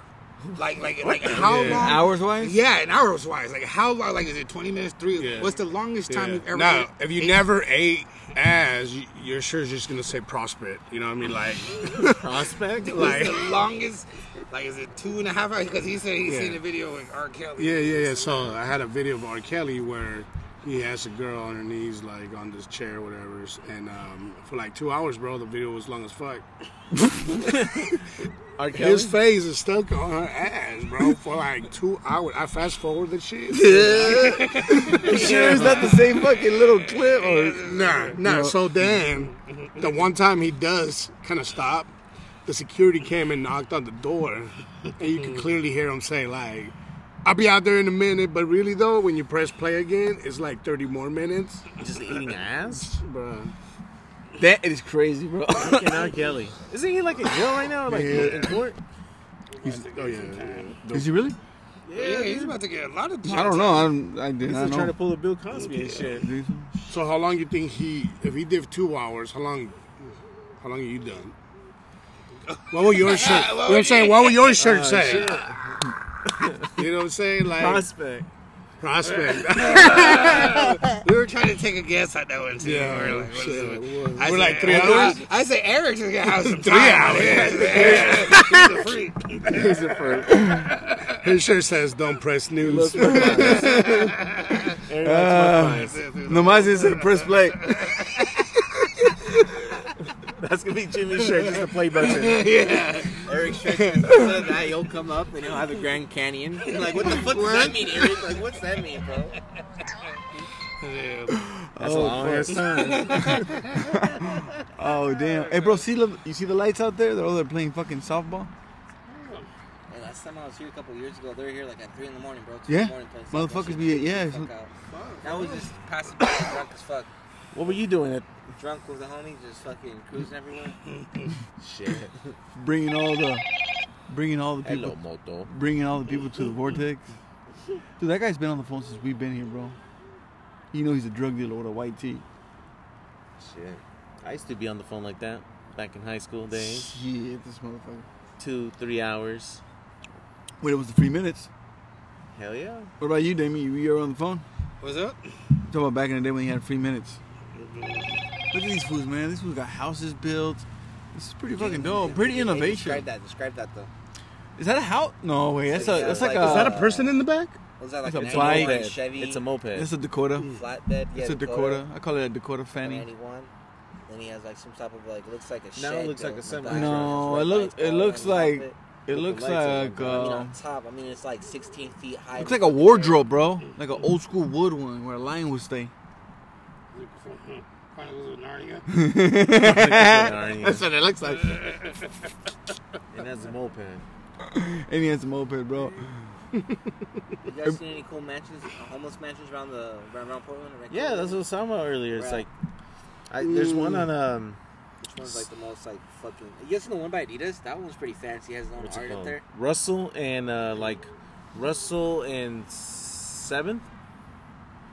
S3: Like like like how long?
S2: Hours wise?
S3: Yeah, an hours wise. Like how long? Like is it twenty minutes? Three?
S5: Yeah.
S3: What's the longest time you've ever?
S5: Now,
S3: ate-
S5: if you
S3: ate-
S5: never ate as, you- your shirt's just gonna say prospect. You know what I mean? Like,
S1: Prospect?
S3: What's the longest? Like is it two and a half hours? Because he said he
S5: Yeah.
S3: seen a video with R. Kelly.
S5: yeah, yeah, yeah. So I had a video of R. Kelly where he has a girl on her knees, like on this chair, or whatever, and um, for like two hours, bro. The video was long as fuck.
S1: R.
S5: His
S1: Kelly?
S5: face is stuck on her ass, bro, for like two hours. I fast forward the shit.
S2: Sure, is that the same fucking little clip? Or
S5: Nah, nah. So then, the one time he does kind of stop, the security came and knocked on the door, and you could clearly hear him say like, "I'll be out there in a minute." But really though, when you press play again, it's like thirty more minutes,
S1: Just eating ass?
S5: bro.
S2: that is crazy, bro.
S1: Fucking R. Kelly. Isn't he like in jail right now? Like
S5: Yeah.
S1: in court?
S5: He's, oh yeah, yeah.
S2: he really?
S3: Yeah, he's about to get a lot of.
S2: I don't know. I'm, I did
S1: He's
S2: not
S1: like trying to
S2: know.
S1: pull a Bill Cosby and shit.
S2: Think so?
S5: So how long you think he? If he did two hours, how long? How long are you done? What will your shirt? you know what I'm saying? What will your shirt say? You know what I'm saying? Like
S1: Prospect.
S5: prospect.
S3: We were trying to take a guess at that one too.
S5: Yeah,
S3: we were like, what is
S5: shit,
S3: it?
S5: it was.
S3: I
S5: We're
S3: say-
S5: like three
S3: I-
S5: hours?
S3: I, I say Eric's gonna have some
S5: Three
S3: time. He's
S5: hours.
S3: a freak.
S1: He's a freak.
S5: His shirt says "Don't press news."
S1: Eric likes
S2: Uh,
S3: That's
S1: my
S3: it, dude.
S2: Nomás is a press play.
S1: thighs. That's gonna be Jimmy's shirt, just the play button.
S4: Eric Strickland, instead of that, you'll come up and he'll have a Grand Canyon. Like, what the fuck does that mean, Eric? Like, what's that mean, bro?
S3: Yeah.
S1: That's oh, long ass time.
S2: Oh damn! Hey, bro, see the you see the lights out there? They're all there playing fucking softball.
S4: Yeah, last time I was here a couple years ago, they were here like at 3 in the morning, bro. 2 in
S2: Yeah,
S4: the morning playing softball.
S2: motherfuckers be yeah. it's-
S4: Fuck out. That was just passing by, drunk as fuck.
S1: What were you doing at
S4: Drunk with the homie, just fucking cruising everywhere.
S1: shit?
S2: Bringing all the, bringing all the people,
S1: Hello, Moto.
S2: bringing all the people to the vortex. Dude, that guy's been on the phone since we've been here, bro. You know he's a drug dealer with a white tee.
S1: Shit. I used to be on the phone like that back in high school days.
S2: Shit, this motherfucker.
S1: Two, three hours.
S2: Wait, it was the three minutes.
S1: Hell yeah.
S2: What about you, Damien? You, you were on the phone?
S3: What's up?
S2: Talk about back in the day when you had three minutes. Look at these fools, man. These fools got houses built. This is pretty fucking dope. Pretty
S4: Hey, Describe
S2: innovation.
S4: that. Describe that though.
S2: Is that a house? No, wait. That's a.
S4: Like, uh,
S2: That's like
S4: like-
S2: a.
S4: Is that a
S5: person in the back?
S4: Was that like
S2: It's a
S4: an
S2: bike.
S4: Angle, like Chevy?
S1: It's a moped.
S2: That's a Dakota.
S4: flatbed. Mm. Yeah,
S2: It's a Dakota. I call it a Dakota Fanny.
S4: Fanny one. Then he has like some type of like looks like a
S1: Now
S4: shed.
S1: it looks like a
S4: built
S1: semi-
S4: with diagrams,
S2: No,
S4: red
S2: it looks-
S4: lights
S2: it looks like- It
S4: all around the top of it.
S1: the
S2: looks
S1: lights on,
S2: like
S1: bro.
S4: I mean,
S2: uh,
S4: on top, I mean, it's like 16 feet high.
S2: looks like a wardrobe, bro. Like an old school wood one where a lion would stay.
S3: Chronicles of Narnia.
S2: That's what it looks like.
S1: and that's a moped.
S2: And he has a moped, bro.
S4: You guys seen any cool mansions, uh, homeless mansions around the around, around Portland? Around
S1: Yeah, that's what I was talking about earlier. It's like,
S4: Right.
S1: I, there's one on um,
S4: Which one's like the most like fucking? You guys seen the one by Adidas? That one's pretty fancy. It has its own
S1: what's
S4: art
S1: it
S4: up
S1: called?
S4: there.
S1: Russell and uh, like Russell and Seventh.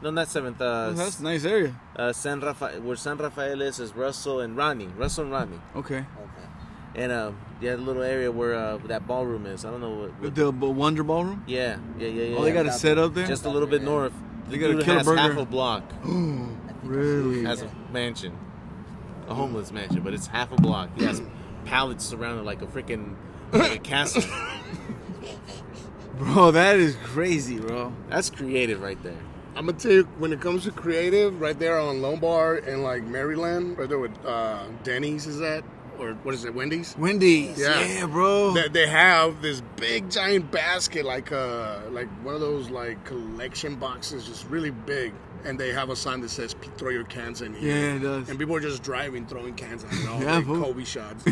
S1: No, not Seventh. Uh,
S2: Oh, that's a nice area.
S1: uh, San Rafael, where San Rafael is, is Russell and Ronnie. Russell and Ronnie.
S2: Okay.
S4: Okay.
S1: And um, yeah, the little area where uh, that ballroom is. I don't know what. what
S2: The b- Wonder Ballroom.
S1: yeah, yeah, yeah, yeah.
S2: Oh, they got a
S4: that-
S2: set up there.
S1: just a little bit north.
S2: They
S1: The
S2: got a
S1: dude
S2: killer
S1: has
S2: burger.
S1: half a block
S2: really?
S1: has a mansion, a homeless mansion, but it's half a block. He has pallets surrounded like a freaking like a castle.
S2: Bro, that is crazy, bro.
S1: That's creative right there.
S5: I'm gonna tell you when it comes to creative, right there on Lombard and like Maryland, right there with uh, Denny's is that, or what is it, Wendy's?
S2: Wendy's. Yeah,
S5: Yeah.
S2: bro.
S5: That they have this big giant basket, like uh, like one of those like collection boxes, just really big, and they have a sign that says "P- "Throw your cans in here."
S2: yeah, it does.
S5: And people are just driving, throwing cans at it all,
S2: Yeah,
S5: like
S2: fool.
S5: Kobe shots.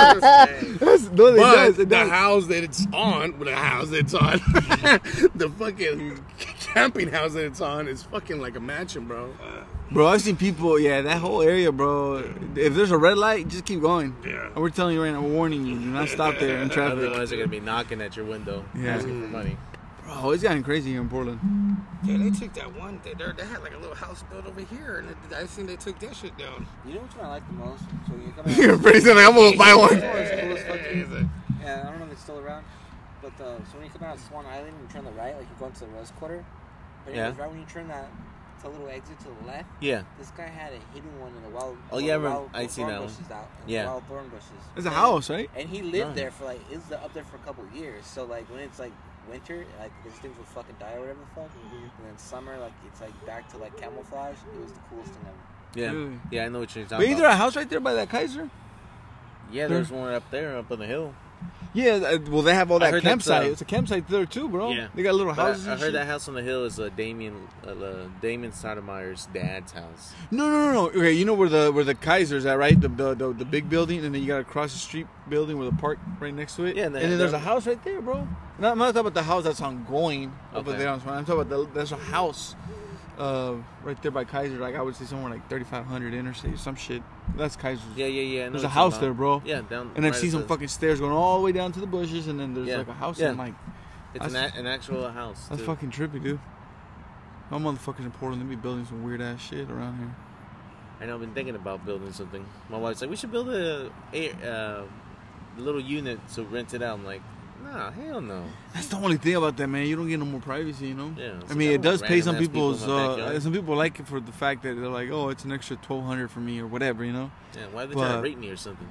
S2: That's, no, it
S5: But
S2: does. It
S5: the
S2: does.
S5: house that it's on, well, the house that's on, the fucking camping house that it's on is fucking like a mansion, bro.
S2: Bro, I've seen people. Yeah, that whole area, bro. If there's a red light, just keep going.
S5: Yeah.
S2: And we're telling you right now, we're warning you. Do not stop there in traffic.
S1: Otherwise, they're gonna be knocking at your window
S2: Yeah.
S1: asking for money.
S2: Bro, it's gotten crazy here in Portland.
S3: Yeah, they took that one. They, they had like a little house built over here, and I seen they took that shit down.
S4: You know which one I like the most? So you're coming. out-
S5: You're pretty soon I'm gonna buy one.
S4: That one's cool as fuck, too.
S3: Is it?
S4: Yeah, I don't know if it's still around, but uh, so when you come out of Swan Island and you turn to the right, like you're going to the Rose Quarter, but
S1: Yeah.
S4: yeah. right when you turn that, it's a little exit to the left.
S1: Yeah,
S4: This guy had a hidden one in the wild.
S1: Oh,
S4: one of
S1: yeah, I
S4: the
S1: remember-
S4: wild
S1: I seen
S4: thorn
S1: that one.
S4: bushes Out, and
S1: Yeah.
S4: wild thorn bushes.
S2: It's a
S4: And-
S2: house, right?
S4: and he lived
S1: Nice.
S4: there for like is up there for a couple of years. So like when it's like winter, like these things will fucking die or whatever the fuck. And then summer, like it's like back to like camouflage. It was the coolest thing ever.
S1: yeah,
S2: Really?
S1: yeah. I know what you're
S2: But
S1: talking
S2: ain't there
S1: about.
S2: a house right there by that Kaiser?
S1: Yeah, there's one up there, up on the hill.
S2: Yeah, uh, well, they have all
S1: I
S2: that
S1: heard that's,
S2: campsite.
S1: uh,
S2: it's a campsite there too, bro.
S1: Yeah.
S2: They got little
S1: But I,
S2: houses.
S1: I
S2: and
S1: heard
S2: shit.
S1: that house on the hill is uh, Damien, uh, uh, Damon Sotomayor's dad's house.
S2: No, no, no, no. Okay, you know where the where the Kaiser's at, right? The the, the, the big building, and then you got across the street building with a park right next to it.
S1: Yeah,
S2: and
S1: and
S2: then,
S1: then-
S2: there's a
S1: there-
S2: house right there, bro. No, I'm not talking about the house that's ongoing over
S1: Okay.
S2: there on Swan. I'm talking about the, there's a house, uh, right there by Kaiser. Like I would say somewhere like 3500 Interstate, or some shit. That's Kaiser's.
S1: Yeah, yeah, yeah. I know what
S2: There's a
S1: you're
S2: house
S1: talking
S2: there, bro.
S1: about. Yeah, down.
S2: And I've
S1: right
S2: seen
S1: at
S2: some
S1: the-
S2: fucking stairs going all the way down to the bushes, and then there's
S1: Yeah.
S2: like a house.
S1: Yeah.
S2: And like
S1: It's an, a- an actual house.
S2: that's
S1: too.
S2: fucking trippy, dude. My motherfuckers in Portland, they be building some weird ass shit around here.
S1: I know I've been thinking about building something. My wife's like, we should build a, a uh, little unit to rent it out. I'm like, nah, hell no.
S2: That's the only thing about that, man. You don't get no more privacy, you know.
S1: Yeah, it's
S2: I
S1: like,
S2: mean,
S1: I
S2: it
S1: don't
S2: does
S1: want
S2: pay some
S1: random-ass people in
S2: people's.
S1: my
S2: uh,
S1: backyard.
S2: some people like it for the fact that they're like, oh, it's an extra twelve hundred for me or whatever, you know.
S1: Yeah, why are they trying
S2: But-
S1: to rape me or something?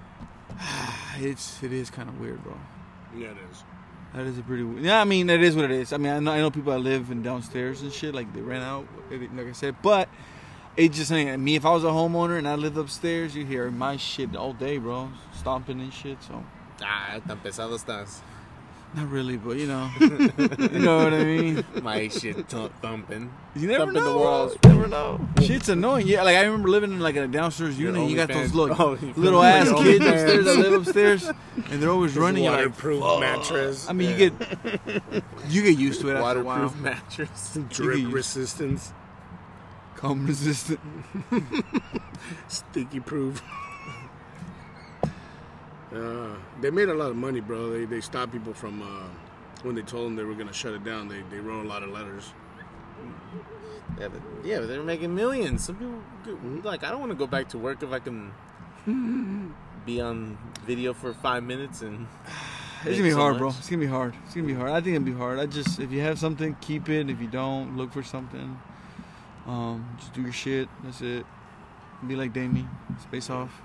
S2: It's it is kind of weird, bro.
S5: Yeah, it is.
S2: That is a pretty. we- Yeah, I mean, that is what it is. I mean, I know, I know people that live in downstairs and shit, like they rent out, like I said. But it just ain't me. If I was a homeowner and I lived upstairs, you hear my shit all day, bro, stomping and shit. So
S1: Ah, tan pesado estás.
S2: not really, but you know, you know what I mean.
S1: My shit th- thumping.
S2: You never
S1: Thumping
S2: know.
S1: the
S2: bro.
S1: walls.
S2: You never know. Shit's annoying. Yeah, like I remember living in like a downstairs
S1: Your
S2: unit. You got
S1: OnlyFans.
S2: those look
S1: Oh, you-
S2: little ass
S1: your
S2: kids
S1: OnlyFans.
S2: upstairs that live upstairs, and they're always running. You're like,
S5: Waterproof mattress.
S2: I mean, you get you get used to it after a while.
S1: Waterproof mattress.
S2: you get
S5: drip
S2: used-
S5: resistance,
S2: Come resistant.
S5: sticky proof. uh, they made a lot of money, bro. They they stopped people from uh, when they told them they were gonna shut it down. They they wrote a lot of letters.
S1: Yeah, but, yeah, but they're making millions. Some people go- like, I don't want to go back to work if I can be on video for five minutes and.
S2: It's
S1: make
S2: gonna be
S1: so
S2: hard,
S1: much.
S2: bro. It's gonna be hard. It's gonna be hard. I think it'll be hard. I just if you have something, keep it. If you don't, look for something. Um, just do your shit. That's it. Be like Damien. Space off.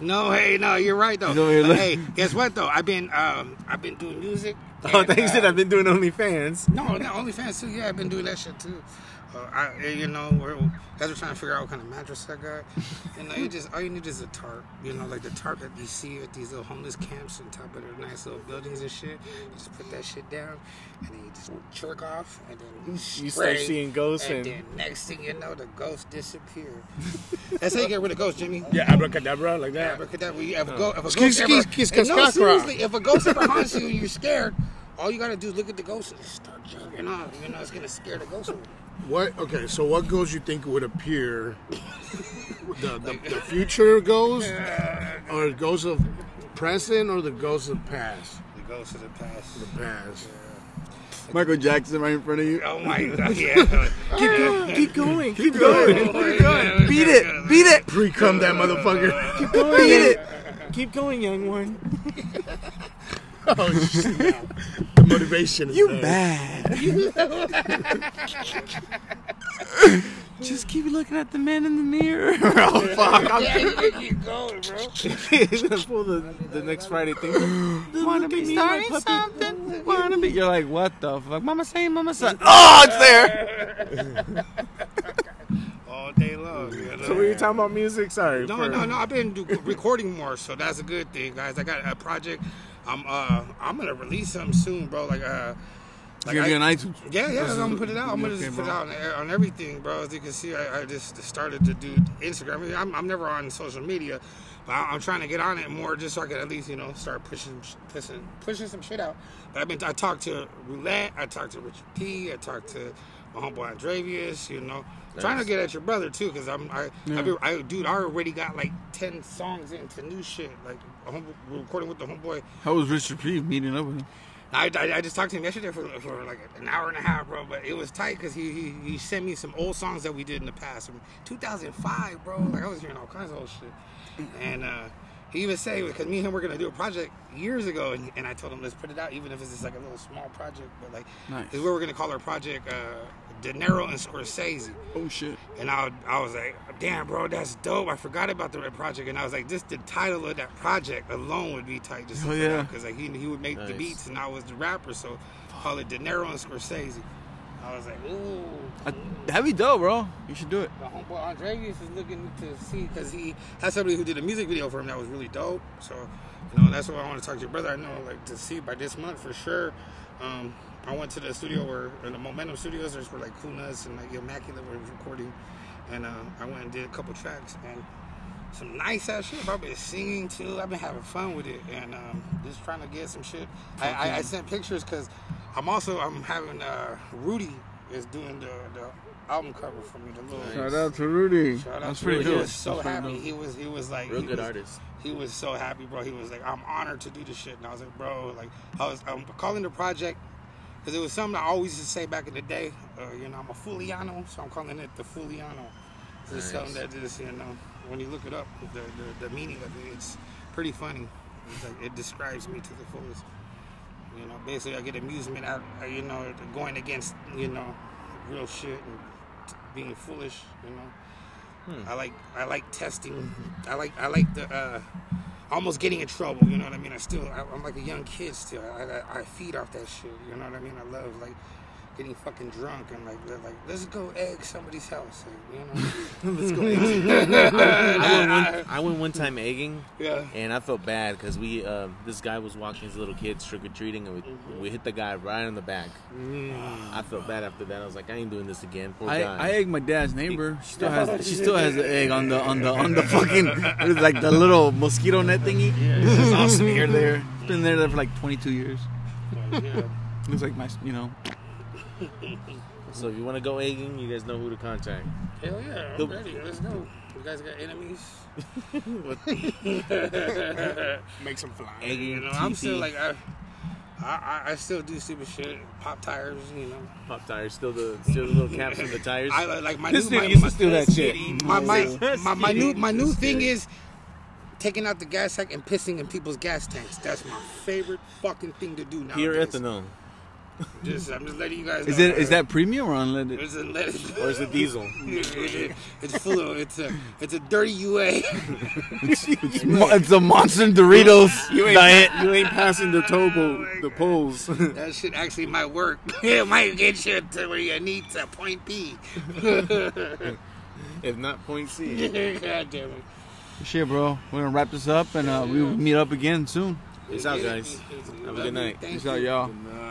S3: No, hey, no, you're right though.
S2: You know, you're
S3: But,
S2: like-
S3: hey, guess what though? I've been um, I've been doing music.
S1: Oh,
S3: and,
S1: they
S3: uh,
S1: said I've been doing OnlyFans.
S3: No, no, OnlyFans too. Yeah, I've been doing that shit too. Uh, I, you know, we're, guys are trying to figure out what kind of mattress I got. You know, you just all you need is a tarp. You know, like the tarp that you see at these little homeless camps on top of their nice little buildings and shit. You just put that shit down, and then you just jerk off, and then you,
S2: You start
S3: spray,
S2: seeing ghosts
S3: And,
S2: and-
S3: then next thing you know, the ghosts disappear. That's how you get rid of ghosts, Jimmy.
S5: Yeah, abracadabra, like that.
S3: Abracadabra. You- If a, go, if a ghost
S5: Skis-
S3: ever,
S5: skis- skis-
S3: and no,
S5: skakra.
S3: seriously, if a ghost ever haunts you and you're scared, all you gotta do is look at the ghost and just start jerking off. You know, it's gonna scare the ghost away.
S5: What? Okay, so what goals you think would appear? the, the, the future goals, or goals of present, or the goals of past?
S3: The ghost of the past.
S5: Past.
S2: Michael Jackson right in front of you.
S3: Oh my god, yeah.
S2: Keep, going, keep going. Keep going. Keep going. Beat it. Beat it.
S5: Pre cum that motherfucker.
S2: Keep going. Beat it. Keep going, young one.
S5: oh, shit. The motivation is
S2: You
S5: there.
S2: bad. Just keep looking at the man in the mirror. oh fuck!
S3: yeah, you can keep going, bro.
S2: He's gonna pull the, the next Friday thing. Wanna be starting something? Wanna be? You're like, what the fuck? Mama saying, mama saying. Oh, it's there.
S3: All day long. You know?
S1: So we were talking about music. Sorry.
S3: no,
S1: for-
S3: no, no. I've been do, recording more, so that's a good thing, guys. I got a project. I'm uh I'm gonna release something soon, bro. Like uh like
S2: You're
S3: I-
S2: gonna be on iTunes.
S3: Yeah, yeah, I'm gonna put it out. I'm gonna
S2: Okay,
S3: just put it
S2: bro.
S3: out on, on everything, bro. As you can see, I, I just started to do Instagram. I mean, I'm, I'm never on social media, but I- I'm trying to get on it more just so I can at least, you know, start pushing, pushing, pushing some shit out. But I've been, I talked to Roulette, I talked to Richard P, I talked to my homeboy Andravius, you know, trying to get at your brother too, because I'm, I, I, be, I, dude, I already got like ten songs into new shit, like home, recording with the homeboy.
S2: How was Richard P meeting up with him?
S3: I, I, I just talked to him yesterday for, for like an hour and a half, bro. But it was tight because he, he he sent me some old songs that we did in the past, from 2005, bro. Like I was hearing all kinds of old shit, and uh, he even said because me and him were gonna do a project years ago, and, and I told him let's put it out, even if it's just like a little small project. But like
S2: Nice.
S3: this is what we're gonna call our project, uh, De Niro and Scorsese.
S2: Oh shit!
S3: And I, I was like, damn, bro, that's dope. I forgot about the Red Project. And I was like, just the title of that project alone would be tight. Just
S2: Oh, yeah.
S3: Because like, he, he would make the
S1: Nice.
S3: beats and I was the rapper. So call it De Niro and Scorsese. I was like, ooh.
S2: I, that'd be dope, bro. You should do it.
S3: The homeboy Andreas is looking to see because he has somebody who did a music video for him that was really dope. So, you know, that's why I want to talk to your brother. I know, like, to see by this month for sure. Um, I went to the studio where or the Momentum Studios, there's where like Kunas and like Immaculate were recording, and uh, I went and did a couple tracks and some nice ass shit. I've been singing too. I've been having fun with it and um, just trying to get some shit. I, I, I sent pictures because I'm also I'm having uh, Rudy is doing the, the album cover for me. The little
S2: out to Rudy.
S3: Shout out
S2: That's
S3: to
S2: pretty
S3: him. He
S2: dope.
S3: was so
S2: That's pretty
S3: happy.
S2: dope.
S3: He was he was like
S1: Real
S3: he
S1: good
S3: was-
S1: artist.
S3: He was so happy, bro. He was like, I'm honored to do this shit, and I was like, bro, like I was I'm calling the project because it was something I always used to say back in the day. Uh, you know, I'm a Fuliano, so I'm calling it the Fuliano. It's just something that is you know when you look it up, the, the the meaning of it, it's pretty funny. It's like, it describes me to the fullest. You know, basically, I get amusement out, uh, you know, going against, you know, real shit and t- being foolish. You know, I like, I like testing. I like, I like the, uh, almost getting in trouble. You know what I mean? I still, I, I'm like a young kid still. I, I, I feed off that shit. You know what I mean? I love like getting fucking drunk and like, they're like let's go egg somebody's house. Like, you know?
S1: I went, one, I went one time egging,
S3: yeah.
S1: and I felt bad because we um, this guy was walking his little kids trick or treating, and we, we hit the guy right on the back. I felt bad after that. I was like, I ain't doing this again. Poor
S2: I,
S1: guy.
S2: I egg my dad's neighbor. She still has she still has the egg on the on the on the fucking what is it, like the little mosquito net thingy. It's just all smeared there. It's been there for like 22 years.
S5: Oh,
S3: yeah.
S2: Looks like my you know.
S1: so if you want to go egging, you guys know who to contact.
S3: Hell yeah, I'm
S1: The-
S3: ready. Let's go. You guys got enemies?
S5: Make some fly.
S1: Egging,
S3: You know, I'm still
S1: TT,
S3: like I, I, I- I still do stupid shit, pop tires. You know,
S1: pop tires, still the still the little caps on the tires.
S3: I li- like my
S2: This
S3: new,
S2: dude
S3: my,
S2: used
S3: my,
S2: to steal that shit.
S3: my, my,
S1: Yeah.
S3: my, my new my new thing is taking out the gas tank and pissing in people's gas tanks. That's my favorite fucking thing to do now.
S1: Pure ethanol.
S3: Just, I'm just letting you guys.
S2: Is
S3: know.
S2: it is that premium or unleaded?
S3: It's a lettuce.
S1: Or is it diesel?
S3: it's full of it's a it's a dirty UA.
S2: It's, mo- it's the Monster Doritos
S1: You ain't,
S2: diet.
S1: you ain't passing the toll,
S2: Oh
S1: po- the polls.
S3: That shit actually might work. it might get you to where you need to point B.
S1: if not, point C.
S3: God damn it.
S2: Shit, bro. We're gonna wrap this up and uh, we will meet up again soon.
S1: Peace out, guys. Have a good night.
S3: Thank
S2: Peace out, y'all.
S5: Nah.